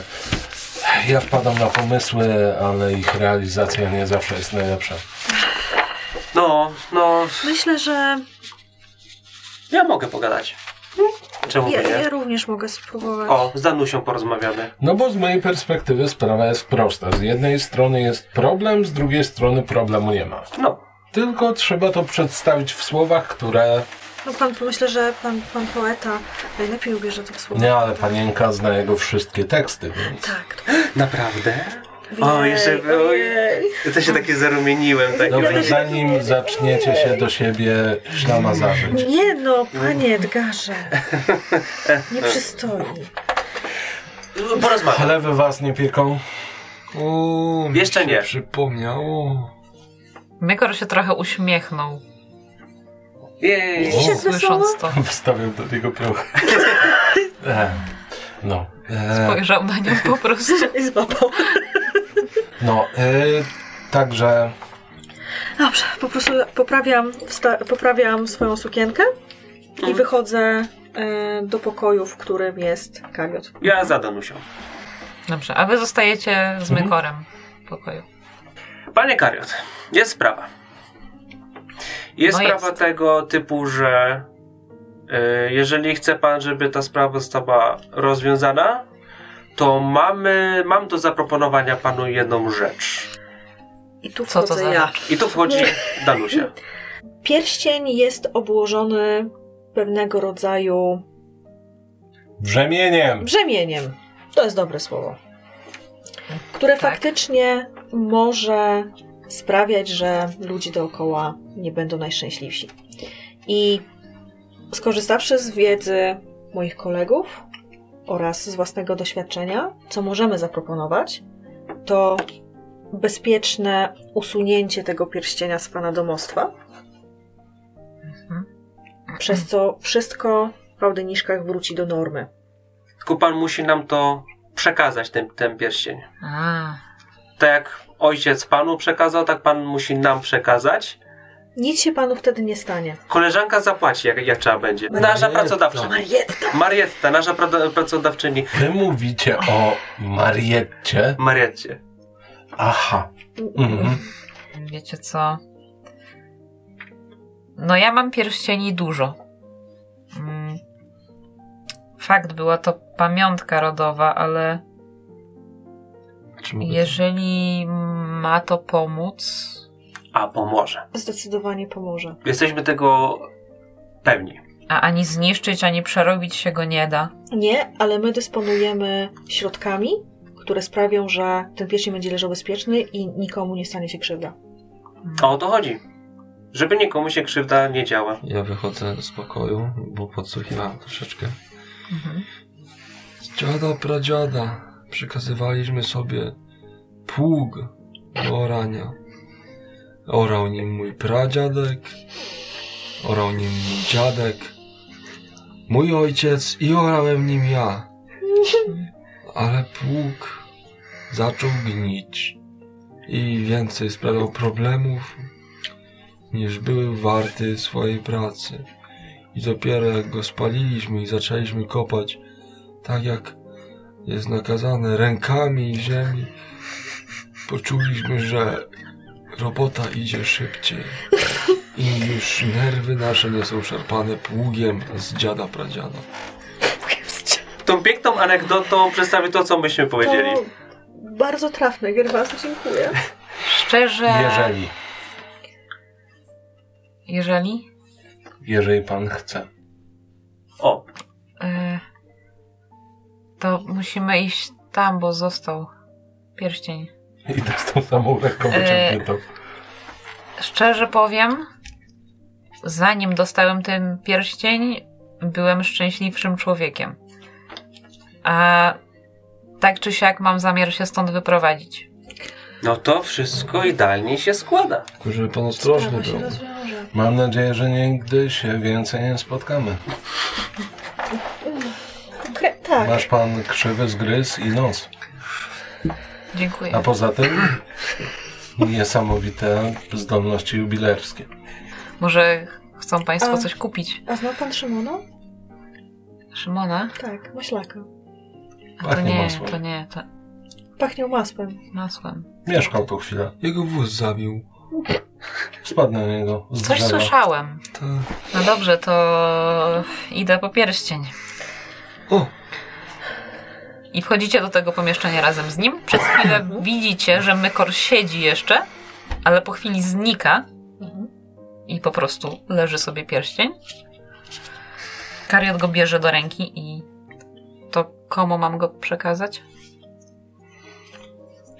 Ja wpadam na pomysły, ale ich realizacja nie zawsze jest najlepsza. No, no, Myślę, że ja mogę pogadać. Hmm? Czemu ja, by nie? ja również mogę spróbować. O, z Danusią porozmawiamy. No bo z mojej perspektywy sprawa jest prosta. Z jednej strony jest problem, z drugiej strony problemu nie ma. No, Tylko trzeba to przedstawić w słowach, które No pan, myślę, że pan, pan poeta najlepiej ubierze to w słowa. Nie, ale panienka zna jego wszystkie teksty, więc... Tak. to- naprawdę? O, jeszcze Ojej, było- ojej. Ja też się takie zarumieniłem. tak. Takie, Dobrze, że- zanim zaczniecie się do siebie ślamazarzyć. Nie no, panie Edgarze. [laughs] Nieprzystojnie. tak- Porozmawiam. Chlewy was nie pieką. [laughs] O, mi Jeszcze się nie. Przypomniało. Mykor się trochę uśmiechnął, Jej. Dzisiaj słysząc to. Wstawiam do niego proch. [laughs] E, No. E, Spojrzał na nią po prostu. I złapał. no, e, także Dobrze, po prostu poprawiam, wsta- poprawiam swoją sukienkę Tak. i wychodzę e, do pokoju, w którym jest kariot. Ja za Danusią. Dobrze, a wy zostajecie Mhm. z Mykorem w pokoju. Panie Kariot, jest sprawa. Jest No sprawa jest. tego typu, że y, jeżeli chce pan, żeby ta sprawa została rozwiązana, to mamy, mam do zaproponowania panu jedną rzecz. I tu Co to wchodzę za ja. I tu wchodzi Danusia. Pierścień jest obłożony pewnego rodzaju brzemieniem. brzemieniem. To jest dobre słowo. Które Tak. faktycznie może sprawiać, że ludzie dookoła nie będą najszczęśliwsi. I skorzystawszy z wiedzy moich kolegów oraz z własnego doświadczenia, co możemy zaproponować, to bezpieczne usunięcie tego pierścienia z pana domostwa. Przez co wszystko w Audyniszkach wróci do normy. Tylko pan musi nam to przekazać, ten, ten pierścień. A, Tak jak ojciec panu przekazał, tak pan musi nam przekazać. Nic się panu wtedy nie stanie. Koleżanka zapłaci, jak, jak trzeba będzie. No Nasza pracodawczyni. Marietta! Marietta, nasza pra- pracodawczyni. Wy mówicie o Marietcie. Marietcie. Aha. Mhm. wiecie co? No ja mam pierścieni dużo. Mm. Fakt, była to pamiątka rodowa, ale Czy mogę- jeżeli ma to pomóc... A pomoże. Zdecydowanie pomoże. Jesteśmy tego pewni. A ani zniszczyć, ani przerobić się go nie da. Nie, ale my dysponujemy środkami, które sprawią, że ten pierścień będzie leżał bezpieczny i nikomu nie stanie się krzywda. A o to chodzi. Żeby nikomu się krzywda nie działa. Ja wychodzę z pokoju, bo podsłuchiwałem troszeczkę. Mhm. Z dziada pradziada przekazywaliśmy sobie pług do orania. Orał nim mój pradziadek, orał nim mój dziadek, mój ojciec i orałem nim ja. Ale pług zaczął gnić i więcej sprawiał problemów niż były warty swojej pracy. I dopiero jak go spaliliśmy i zaczęliśmy kopać tak jak jest nakazane rękami i ziemi, poczuliśmy, że robota idzie szybciej i już nerwy nasze nie są szarpane pługiem z dziada pradziada. Tą piękną anegdotą przedstawię to, co myśmy powiedzieli. To bardzo trafne, Gerwazy, dziękuję. Szczerze... Jeżeli. Jeżeli? Jeżeli pan chce. O, E, to musimy iść tam, bo został pierścień. I tak z tą samą ręką E, wyciągniętą. Szczerze powiem, zanim dostałem ten pierścień, byłem szczęśliwszym człowiekiem. A tak czy siak mam zamiar się stąd wyprowadzić. no to wszystko idealnie się składa. Tylko żeby pan ostrożny Sprawa się był. rozwiąże. Mam nadzieję, że nigdy się więcej nie spotkamy. Kre- tak. Masz pan krzywy zgryz i nos. A Dziękuję. poza tym niesamowite zdolności jubilerskie. Może chcą Państwo A- coś kupić? A zna pan Szymona? Szymona? Tak, maślaka. A to Pachnie nie, masłem. to nie, to Pachniał maspem. masłem. Mieszkał tu chwilę. Jego wóz zabił. Spadł na niego z Coś drzewa. słyszałem. Ta... No dobrze, to idę po pierścień. O, I wchodzicie do tego pomieszczenia razem z nim. Przez chwilę widzicie, że Mykor siedzi jeszcze, ale po chwili znika i po prostu leży sobie pierścień. Kariot go bierze do ręki i to komu mam go przekazać?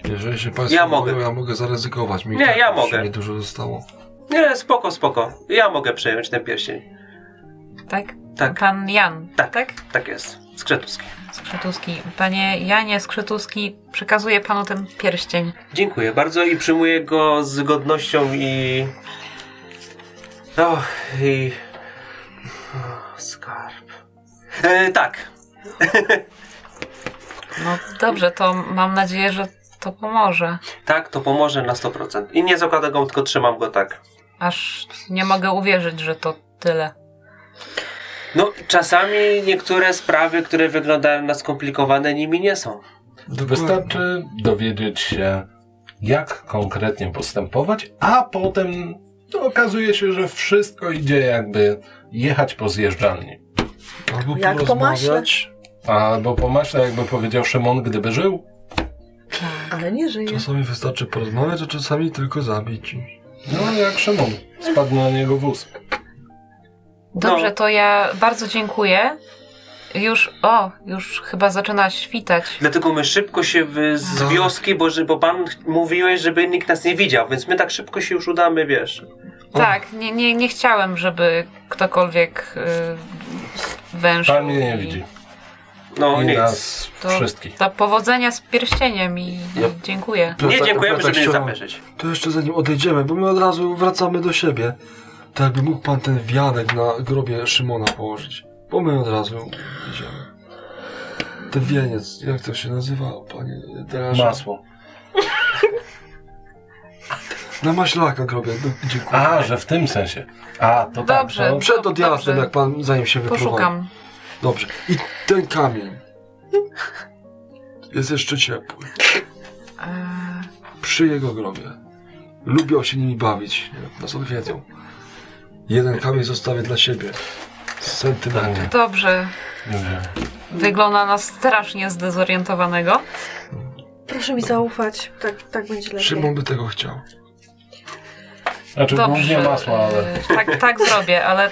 jeżeli się państwo Ja mogę. boją, ja mogę zaryzykować. Mi Nie, tak ja już mogę. Nie dużo zostało. Nie, spoko, spoko. Ja mogę przejąć ten pierścień. Tak? Tak. Pan Jan, Tak. tak? tak? Tak jest. Skrzetuski. Skrzytuski. Panie Janie Skrzytuski, przekazuję panu ten pierścień. Dziękuję bardzo i przyjmuję go z godnością i... Och, i... Och, skarb. E, tak. No dobrze, to mam nadzieję, że to pomoże. Tak, to pomoże na 100%. I nie zakładam go, tylko trzymam go tak. Aż nie mogę uwierzyć, że to tyle. No, czasami niektóre sprawy, które wyglądają na skomplikowane, nimi nie są. Wystarczy dowiedzieć się, jak konkretnie postępować, a potem no, okazuje się, że wszystko idzie jakby jechać po zjeżdżalni. Albo Jak po porozmawiać. Albo po maśle, jakby powiedział Szymon, gdyby żył. Ale nie żyje. Czasami wystarczy porozmawiać, a czasami tylko zabić. No jak Szymon. Spadł na niego wóz. Dobrze, No. to ja bardzo dziękuję. Już, o, już chyba zaczyna świtać. Dlatego my szybko się wy- z No. wioski, bo, że- bo pan ch- mówiłeś, żeby nikt nas nie widział, więc my tak szybko się już udamy, wiesz. O. Tak, nie, nie, nie chciałem, żeby ktokolwiek y, wężył. Pan mnie nie i- widzi. No i nic. nas To- wszystkich. To powodzenia z pierścieniem i Ja- dziękuję. Nie Plecak- Tak, dziękujemy, plecak żeby nie ściągnął. zapeszyć. To jeszcze zanim odejdziemy, bo my od razu wracamy do siebie. To jakby mógł pan ten wianek na grobie Szymona położyć. Bo my od razu idziemy. Ten wieniec, jak to się nazywa, panie Delarze? Masło. Na maślaka grobie, no, dziękuję. A, że w tym sensie. A, to Dobrze. tak. to- Przed odjazdem, Dobrze. jak pan zanim się wyprowadzi. Poszukam. Dobrze. I ten kamień. Jest jeszcze ciepły. Eee, Przy jego grobie. Lubią się nimi bawić. jak Nas odwiedzą. Jeden kamień zostawię dla siebie. Z sentymentem. E, Dobrze. Dobrze. Wygląda na strasznie zdezorientowanego. Proszę mi zaufać, tak, tak będzie lepiej. Szymon by tego chciał. Znaczy Dobrze. głównie masło, ale Eee, Tak, tak zrobię, ale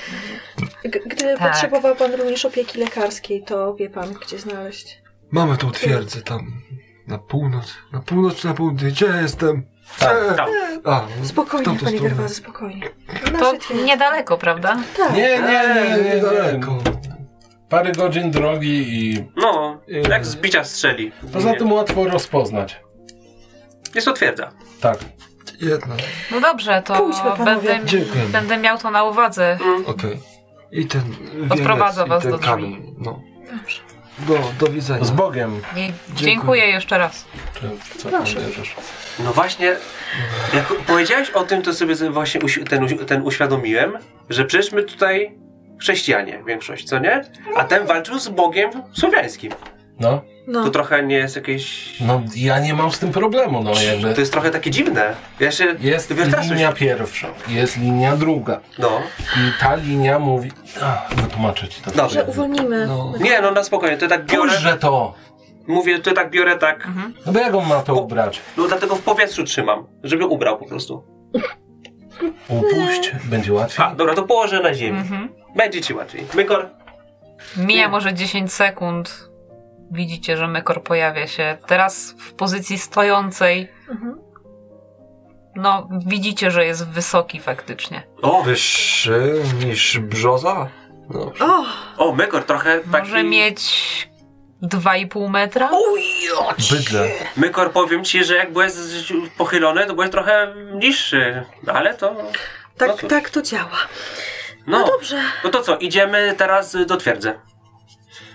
G- Gdy Tak. potrzebował pan również opieki lekarskiej, to wie pan, gdzie znaleźć. Mamy tą twierdzę tam na północ, na północ, na południe. Gdzie jestem? Tam, Gdzie? tam. A, w Spokojnie, tamtą panie stronę. Gerwazy, spokojnie. to Nasze twierdzy. niedaleko, prawda? Tak. Nie, nie, nie, Eee, nie, niedaleko. Parę godzin drogi i No, Yy. jak z bicia strzeli. poza tym łatwo rozpoznać. Jest to twierdza. Tak. Jedna. No dobrze, to Pójdźmy, panowie. będę, Dziękuję. będę miał to na uwadze. Okej. I ten wieniec, Odprowadzę i was ten do drzwi. kamień. No. Do, do widzenia. Z Bogiem. Nie, Dziękuję. dziękuję jeszcze raz. Czy co tam wierzysz? No właśnie, jak powiedziałeś o tym, to sobie z- właśnie uś- ten, uś- ten uświadomiłem, że przecież my tutaj chrześcijanie większość, co nie? A ten walczył z Bogiem słowiańskim. No, To No, trochę nie jest jakieś... no ja nie mam z tym problemu, no jakby. To jest trochę takie dziwne. Ja się... Jest wyrtasuj się. linia pierwsza, jest linia druga. No. I ta linia mówi... Ach, wytłumaczę ci to. Dobrze. że uwolnimy. No. Nie, no na spokojnie, to tak biorę... Puszczę to! Mówię, to tak biorę tak... Mhm. No bo jak on ma to ubrać? No dlatego w powietrzu trzymam, żeby ubrał po prostu. Upuść, będzie łatwiej. A, dobra, to położę na ziemi. Mhm. Będzie ci łatwiej. Mykor, Mija może 10 sekund. Widzicie, że Mekor pojawia się. Teraz w pozycji stojącej, Mhm. no widzicie, że jest wysoki faktycznie. O, Wyższy niż brzoza? No. O, o Mekor trochę taki... Może mieć 2,5 metra? Bydle. Mykor, powiem ci, że jak byłeś z- pochylony, to byłeś trochę niższy, ale to... No tak, cóż. tak to działa. No, No, dobrze, no to co, idziemy teraz do twierdzy.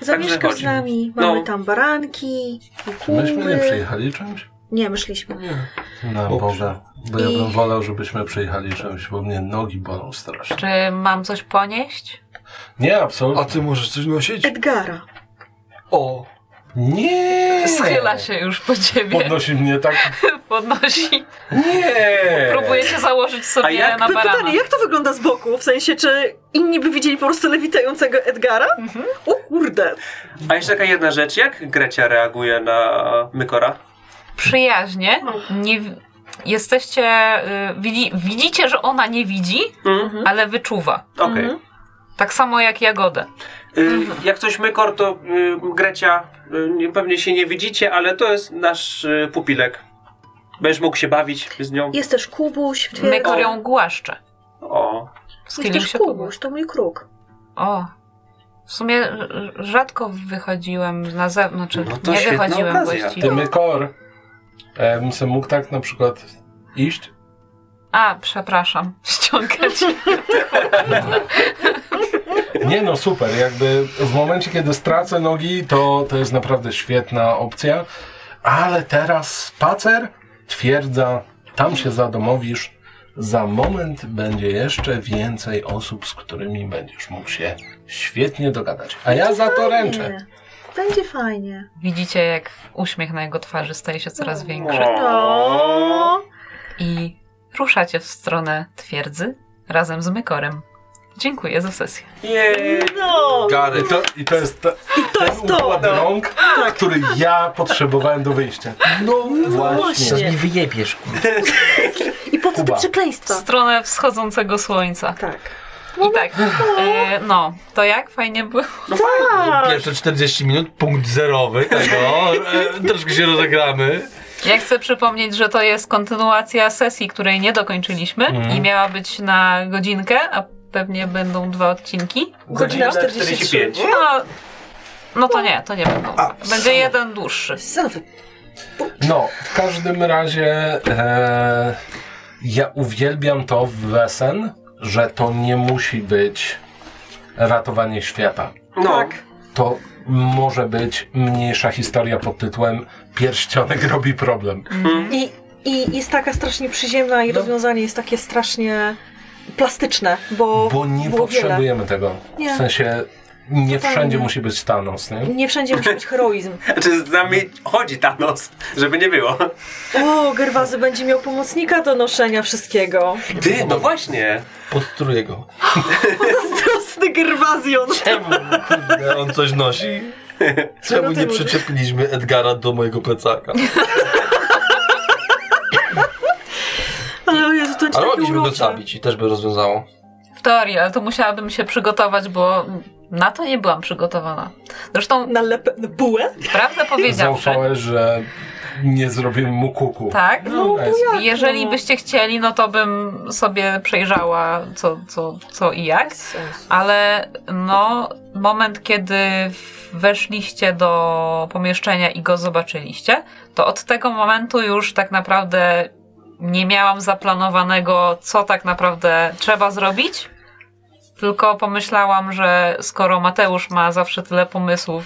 zamieszkasz z chodzi. nami. Mamy No. tam baranki, Czy myśmy nie kury. przyjechali czymś? Nie, myśliśmy. Na Dobrze. Boga. Bo ja bym I- wolał, żebyśmy przyjechali czymś, bo mnie nogi bolą strasznie. Czy mam coś ponieść? Nie, A absolutnie. ty możesz coś nosić? Edgara. O! Nie! Schyla się już po ciebie. Podnosi mnie tak. [laughs] Podnosi. Nie! Próbuje się założyć A sobie jak- na To barana. pytanie, jak to wygląda z boku? W sensie, czy inni by widzieli po prostu lewitającego Edgara? O kurde. A jeszcze taka jedna rzecz, jak Grecia reaguje na Mykora? Przyjaźnie. Nie, wi- jesteście. y, Widzi, widzicie, że ona nie widzi, Mm? ale wyczuwa. Okej. Mhm. Tak samo jak Jagoda. Y, jak coś Mykor, to y, Grecia, y, nie- pewnie się nie widzicie, ale to jest nasz y, pupilek. Będziesz mógł się bawić z nią. Jest też Kubuś w twierdzy. Mekor ją głaszcze. O, Jest Schylił też się Kubuś, to mój kruk. O. W sumie r- rzadko wychodziłem na zewnątrz. No to nie świetna wychodziłem okazja. właściwie. Ty mykor. A ja bym se mógł tak na przykład iść? A, przepraszam. [laughs] Ściągać. Nie no, super. Jakby w momencie, kiedy stracę nogi, to, to jest naprawdę świetna opcja. Ale teraz spacer, twierdza, tam się zadomowisz. Za moment będzie jeszcze więcej osób, z którymi będziesz mógł się świetnie dogadać. A ja za to ręczę. Nie. Będzie fajnie. Widzicie, jak uśmiech na jego twarzy staje się coraz większy. O. No. I ruszacie w stronę twierdzy razem z Mykorem. Dziękuję za sesję. Jej. No. I to, i to jest, te, To ten jest to. Tak. układ rąk, który ja potrzebowałem do wyjścia. No właśnie. Teraz mi wyjebiesz, kurwa. I po co te Kuba. W przekleństwa? stronę wschodzącego słońca. Tak. I tak, e, no, to jak fajnie było. Pierwsze 40 minut, punkt zerowy [laughs] tego. E, troszkę się rozegramy. Ja chcę przypomnieć, że to jest kontynuacja sesji, której nie dokończyliśmy Mhm. i miała być na godzinkę, a pewnie będą dwa odcinki. Godzina Godzina 43. 45. No, No to nie, to nie będą. Będzie jeden dłuższy. Znowu. No, w każdym razie e, ja uwielbiam to w Wesen, że to nie musi być ratowanie świata. No, Tak. To może być mniejsza historia pod tytułem Pierścionek robi problem. I, I jest taka strasznie przyziemna i No. rozwiązanie jest takie strasznie plastyczne, bo, Bo nie było wiele. potrzebujemy tego. Nie. W sensie nie Totalnie. wszędzie musi być Thanos, nie? Nie wszędzie musi być heroizm. znaczy z nami chodzi Thanos, żeby nie było. O, Gerwazy będzie miał pomocnika do noszenia wszystkiego. Ty, no właśnie. Podtruję go. Zazdrosny Gerwazion. Kurde, on coś nosi. Czego Czemu ty nie mówisz? przyczepiliśmy Edgara do mojego plecaka? Ale o Jezu, to jest takie Ale mogliśmy go urocze. zabić i też by rozwiązało. W teorii, ale to musiałabym się przygotować, bo na to nie byłam przygotowana. Zresztą, Na lepę, na bułę? prawdę powiedziawszy, Zaufałeś, że nie zrobimy mu kuku. tak, No, bez. bo jak jeżeli no? byście chcieli, no to bym sobie przejrzała co, co, co i jak. Ale no, moment, kiedy w- weszliście do pomieszczenia i go zobaczyliście, to od tego momentu już tak naprawdę nie miałam zaplanowanego, co tak naprawdę trzeba zrobić. Tylko pomyślałam, że skoro Mateusz ma zawsze tyle pomysłów,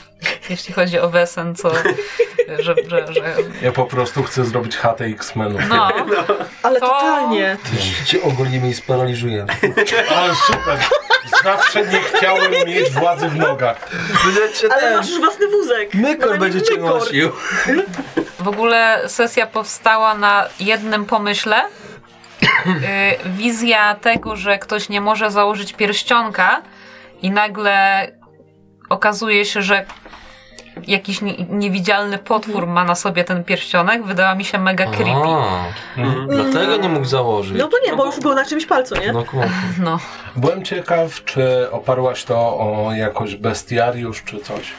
jeśli chodzi o Wesen, co. Że, że, że Ja po prostu chcę zrobić chatę X-Menów. no, Ale To- totalnie. Cię ogolimy i sparaliżujemy. Ale super! Zawsze nie chciałem mieć władzy w nogach. Będziecie Ale ten... masz już własny wózek. No, Mykor Będę będzie mieć cię mykor. nosił. W ogóle sesja powstała na jednym pomyśle. Y, Wizja tego, że ktoś nie może założyć pierścionka i nagle okazuje się, że jakiś nie- niewidzialny potwór ma na sobie ten pierścionek, wydała mi się mega creepy. A, No Mhm. Dlatego nie mógł założyć. No bo nie, bo już był na czymś palcu, nie? No kurwa. No. Byłem ciekaw, czy oparłaś to o jakoś bestiariusz czy coś.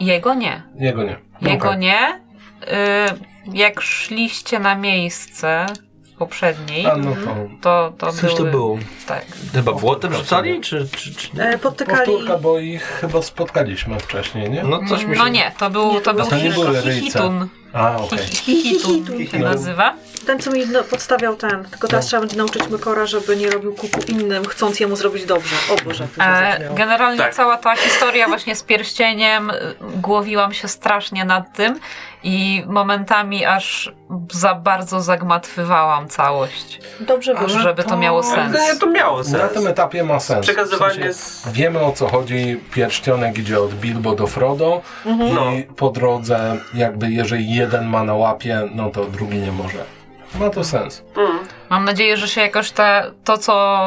Jego nie. Jego nie. No tak. Jego Okej. nie. Y, Jak szliście na miejsce w poprzedniej, A no to to, to, Coś to były- było. Tak. Chyba błotem rzucali? Czy, czy, czy nie? E, Potykali. powtórka, bo ich chyba spotkaliśmy wcześniej, nie? No coś mi się... No nie, to był, to Nie, to był było- To nie Chichitun. były ryjce. A, okej. Hichitun się No. nazywa. Ten, co mi no, podstawiał ten. Tylko teraz trzeba będzie nauczyć Mykora, żeby nie robił kuku innym, chcąc jemu zrobić dobrze. O Boże, to się E, zabrzmiało. generalnie Tak. cała ta historia właśnie z pierścieniem, y, głowiłam się strasznie nad tym i momentami aż za bardzo zagmatwywałam całość, Dobrze wyszło. żeby to miało sens. No, to miało Na sens. tym etapie ma sens. Przekazywanie W z... sensie Wiemy o co chodzi. Pierścionek idzie od Bilbo do Frodo i No. po drodze jakby jeżeli jeden ma na łapie, no to drugi nie może. Ma to sens. Mm. Mam nadzieję, że się jakoś te, to, co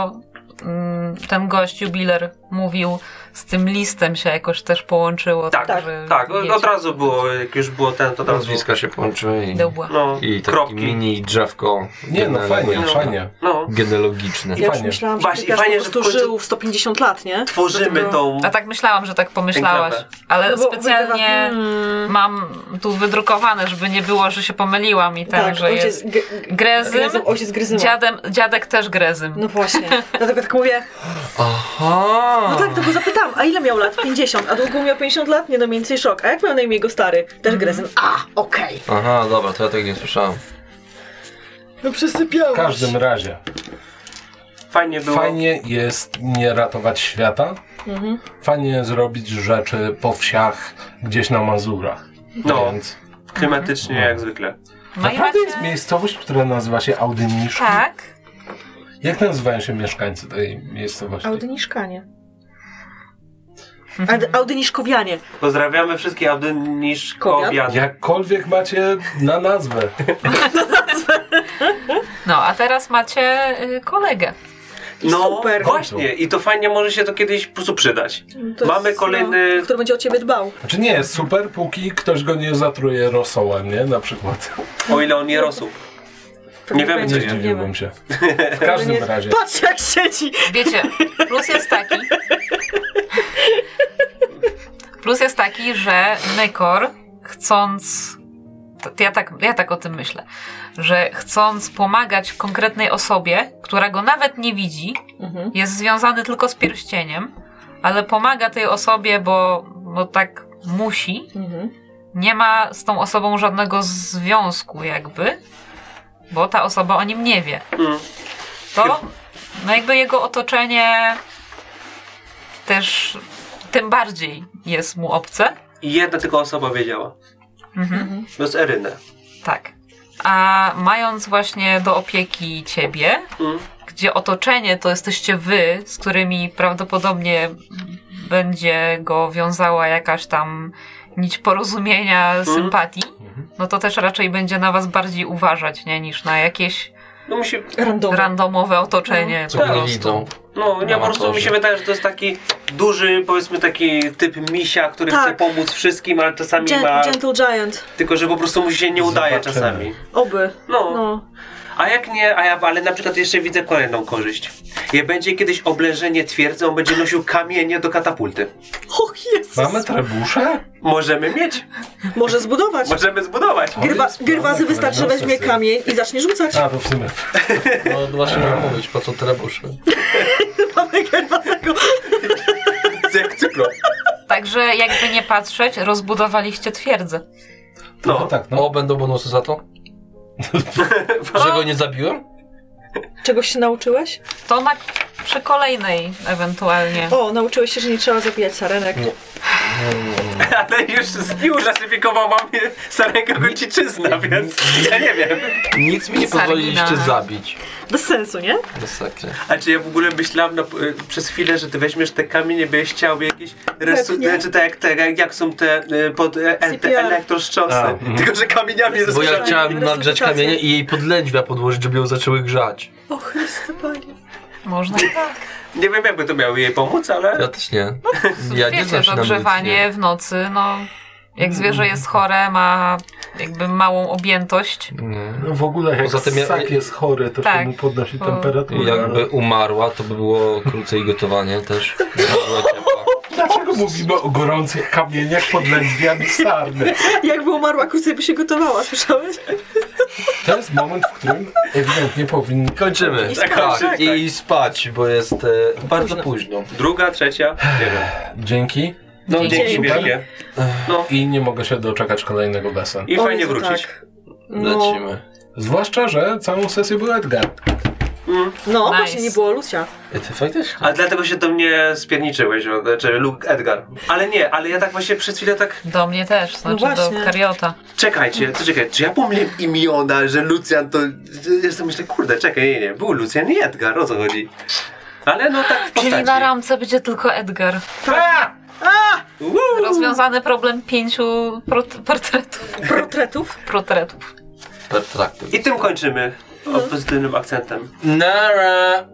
mm, ten gość, jubiler, mówił z tym listem się jakoś też połączyło. Tak, że Tak, o- wiecie, od razu było, jak już było ten, to od razu... Nazwiska się połączyły i... dełba. No, I taki kropki. mini drzewko Nie no, fajnie, genealogiczne. fajnie. No, genealogiczne. Ja już fajnie. myślałam, że Właśnie, Właśnie, fajnie, po że w prostu końcu- żył w 150 lat, nie? tworzymy Dlatego- tą... A tak myślałam, że tak pomyślałaś, Enklawę. ale No bo specjalnie... wydawa- Mm, Mam tu wydrukowane, żeby nie było, że się pomyliłam i ten, tak, że jest ojciec, g- g- Grezym, Grezym, ojciec Gryzyma. dziadem, dziadek też Grezym. No właśnie, dlatego tak mówię, Aha! no tak, to go zapytałam, a ile miał lat? 50, a długo miał 50 lat? Nie no, mniej więcej szok. A jak miał na imię jego stary? Też Grezym. A, okej. Aha, dobra, to ja tego nie słyszałem. No przesypiałem. W każdym razie. Fajnie było. Fajnie jest nie ratować świata. Mhm. Fajnie zrobić rzeczy po wsiach gdzieś na Mazurach. No, Więc klimatycznie jak zwykle. No i naprawdę macie... jest miejscowość, która nazywa się Audynisz. Tak. Jak nazywają się mieszkańcy tej miejscowości? Audyniszkanie. Aud- Audyniszkowianie. Pozdrawiamy wszystkich Audyniszkowian. Jakkolwiek macie na nazwę. No, a teraz macie y, kolegę. No, Super. właśnie. I to fajnie może się to kiedyś po prostu przydać. To Mamy kolejny- No, który będzie o ciebie dbał. Znaczy nie, jest super, póki ktoś go nie zatruje rosołem, nie? Na przykład. O ile on nie rosł. Nie wiemy, Nie co nie. zdziwiłbym się. W każdym razie. Patrz jak siedzi! Wiecie, plus jest taki... Plus jest taki, że Mykor, chcąc... t- Ja tak, ja tak o tym myślę, że chcąc pomagać konkretnej osobie, która go nawet nie widzi, jest związany tylko z pierścieniem, ale pomaga tej osobie, bo, bo tak musi, Mhm. nie ma z tą osobą żadnego związku, jakby, bo ta osoba o nim nie wie. Mm. To, no jakby jego otoczenie też tym bardziej jest mu obce. I jedna tylko osoba wiedziała. Mhm. To jest Erynę. Tak. A mając właśnie do opieki ciebie, Mm. gdzie otoczenie to jesteście wy, z którymi prawdopodobnie będzie go wiązała jakaś tam nić porozumienia, sympatii, no to też raczej będzie na was bardziej uważać, nie, niż na jakieś No mi się, Randomo. randomowe otoczenie. Co po mnie prostu. widzą. no nie, po prostu mi się Amatorze. wydaje, że to jest taki duży, powiedzmy taki typ misia, który Tak. chce pomóc wszystkim, ale czasami Gen- ma, Gentle Giant. tylko że po prostu mu się nie udaje Zobaczymy. czasami. Oby. No. No. A jak nie, a ja, ale na przykład jeszcze widzę kolejną korzyść. Je będzie kiedyś obleżenie twierdzy, on będzie nosił kamienie do katapulty. Och, Jezus. Mamy trebusze? Możemy mieć, [laughs] No. Może zbudować. możemy zbudować. Grywa, jest grywazy problem, wystarczy, że diagnostycy. weźmie kamień i zacznie rzucać. A, to w sumie. No właśnie miałem mówić, po co trebusze. Tak. Mamy grywazego. [laughs] Jak cyklo. Także jakby nie patrzeć, rozbudowaliście twierdzę. No No, tak, no. O, będą bonusy za [laughs] to? Że go nie zabiłem? Czegoś się nauczyłeś? To na przy kolejnej ewentualnie. O, nauczyłeś się, że nie trzeba zabijać sarenek. ale już, już zasyfikowała mnie sarenka kończyczyzna, więc ja nie wiem. Nic mi nie Sargina. pozwoliliście zabić. Bez sensu, nie? Masakra. A czy Znaczy, ja w ogóle myślałam na, y, przez chwilę, że ty weźmiesz te kamienie, byś chciał jakieś Pewnie. rysunki, czy tak jak, te, jak- jak są te, y, pod, e, e, te CPR. elektroszczosy, A, mhm. tylko że kamieniami Bo ja rozgrzane. chciałem nagrzać kamienie i jej podlędźwia podłożyć, żeby ją zaczęły grzać. O, Chryste Panie. Można i tak. Nie wiem jakby to miało jej pomóc, Ja ale też nie. Ja nie tak, Wiecie, znam się że na medycynie. ogrzewanie w nocy, no jak zwierzę jest chore, ma jakby małą objętość. Nie. No w ogóle jak Poza tym ja- ssak jest chory, to Tak, się mu podnosi bo- temperaturę. Jakby umarła, to by było krócej gotowanie też. Była ciepła. Dlaczego mówimy o gorących kamieniach pod lędźwiami sarny? Jakby umarła, krócej by się gotowała, słyszałeś? To jest moment, w którym ewidentnie powinien... Kończymy. I spać, tak, tak. i spać, bo jest e, bardzo późno. druga, trzecia, nie wiem. Dzięki. No dzięki Dzięki. wielkie. I nie mogę się doczekać kolejnego besa. I O fajnie Jezu, wrócić. tak. No, Lecimy. Zwłaszcza, że całą sesję był Edgar. Mm. no Nice. właśnie nie było Lucia. E, Ty faktycznie? A dlatego się do mnie spierniczyłeś, o, znaczy Luke Edgar. Ale nie, ale ja tak właśnie przez chwilę tak, Do mnie też, znaczy do właśnie. kariota. czekajcie, co czekaj, czy ja pomyliłem imiona, że Lucjan to, jestem myślę, kurde, czekaj, nie, nie, był Lucjan i Edgar, o co chodzi? Ale no tak w Czyli postaci. na ramce będzie tylko Edgar. Woo! Rozwiązany problem pięciu prot- portretów. Portretów? Portretów. Per traktor. I tym kończymy. O pozytywnym akcentem. Nara!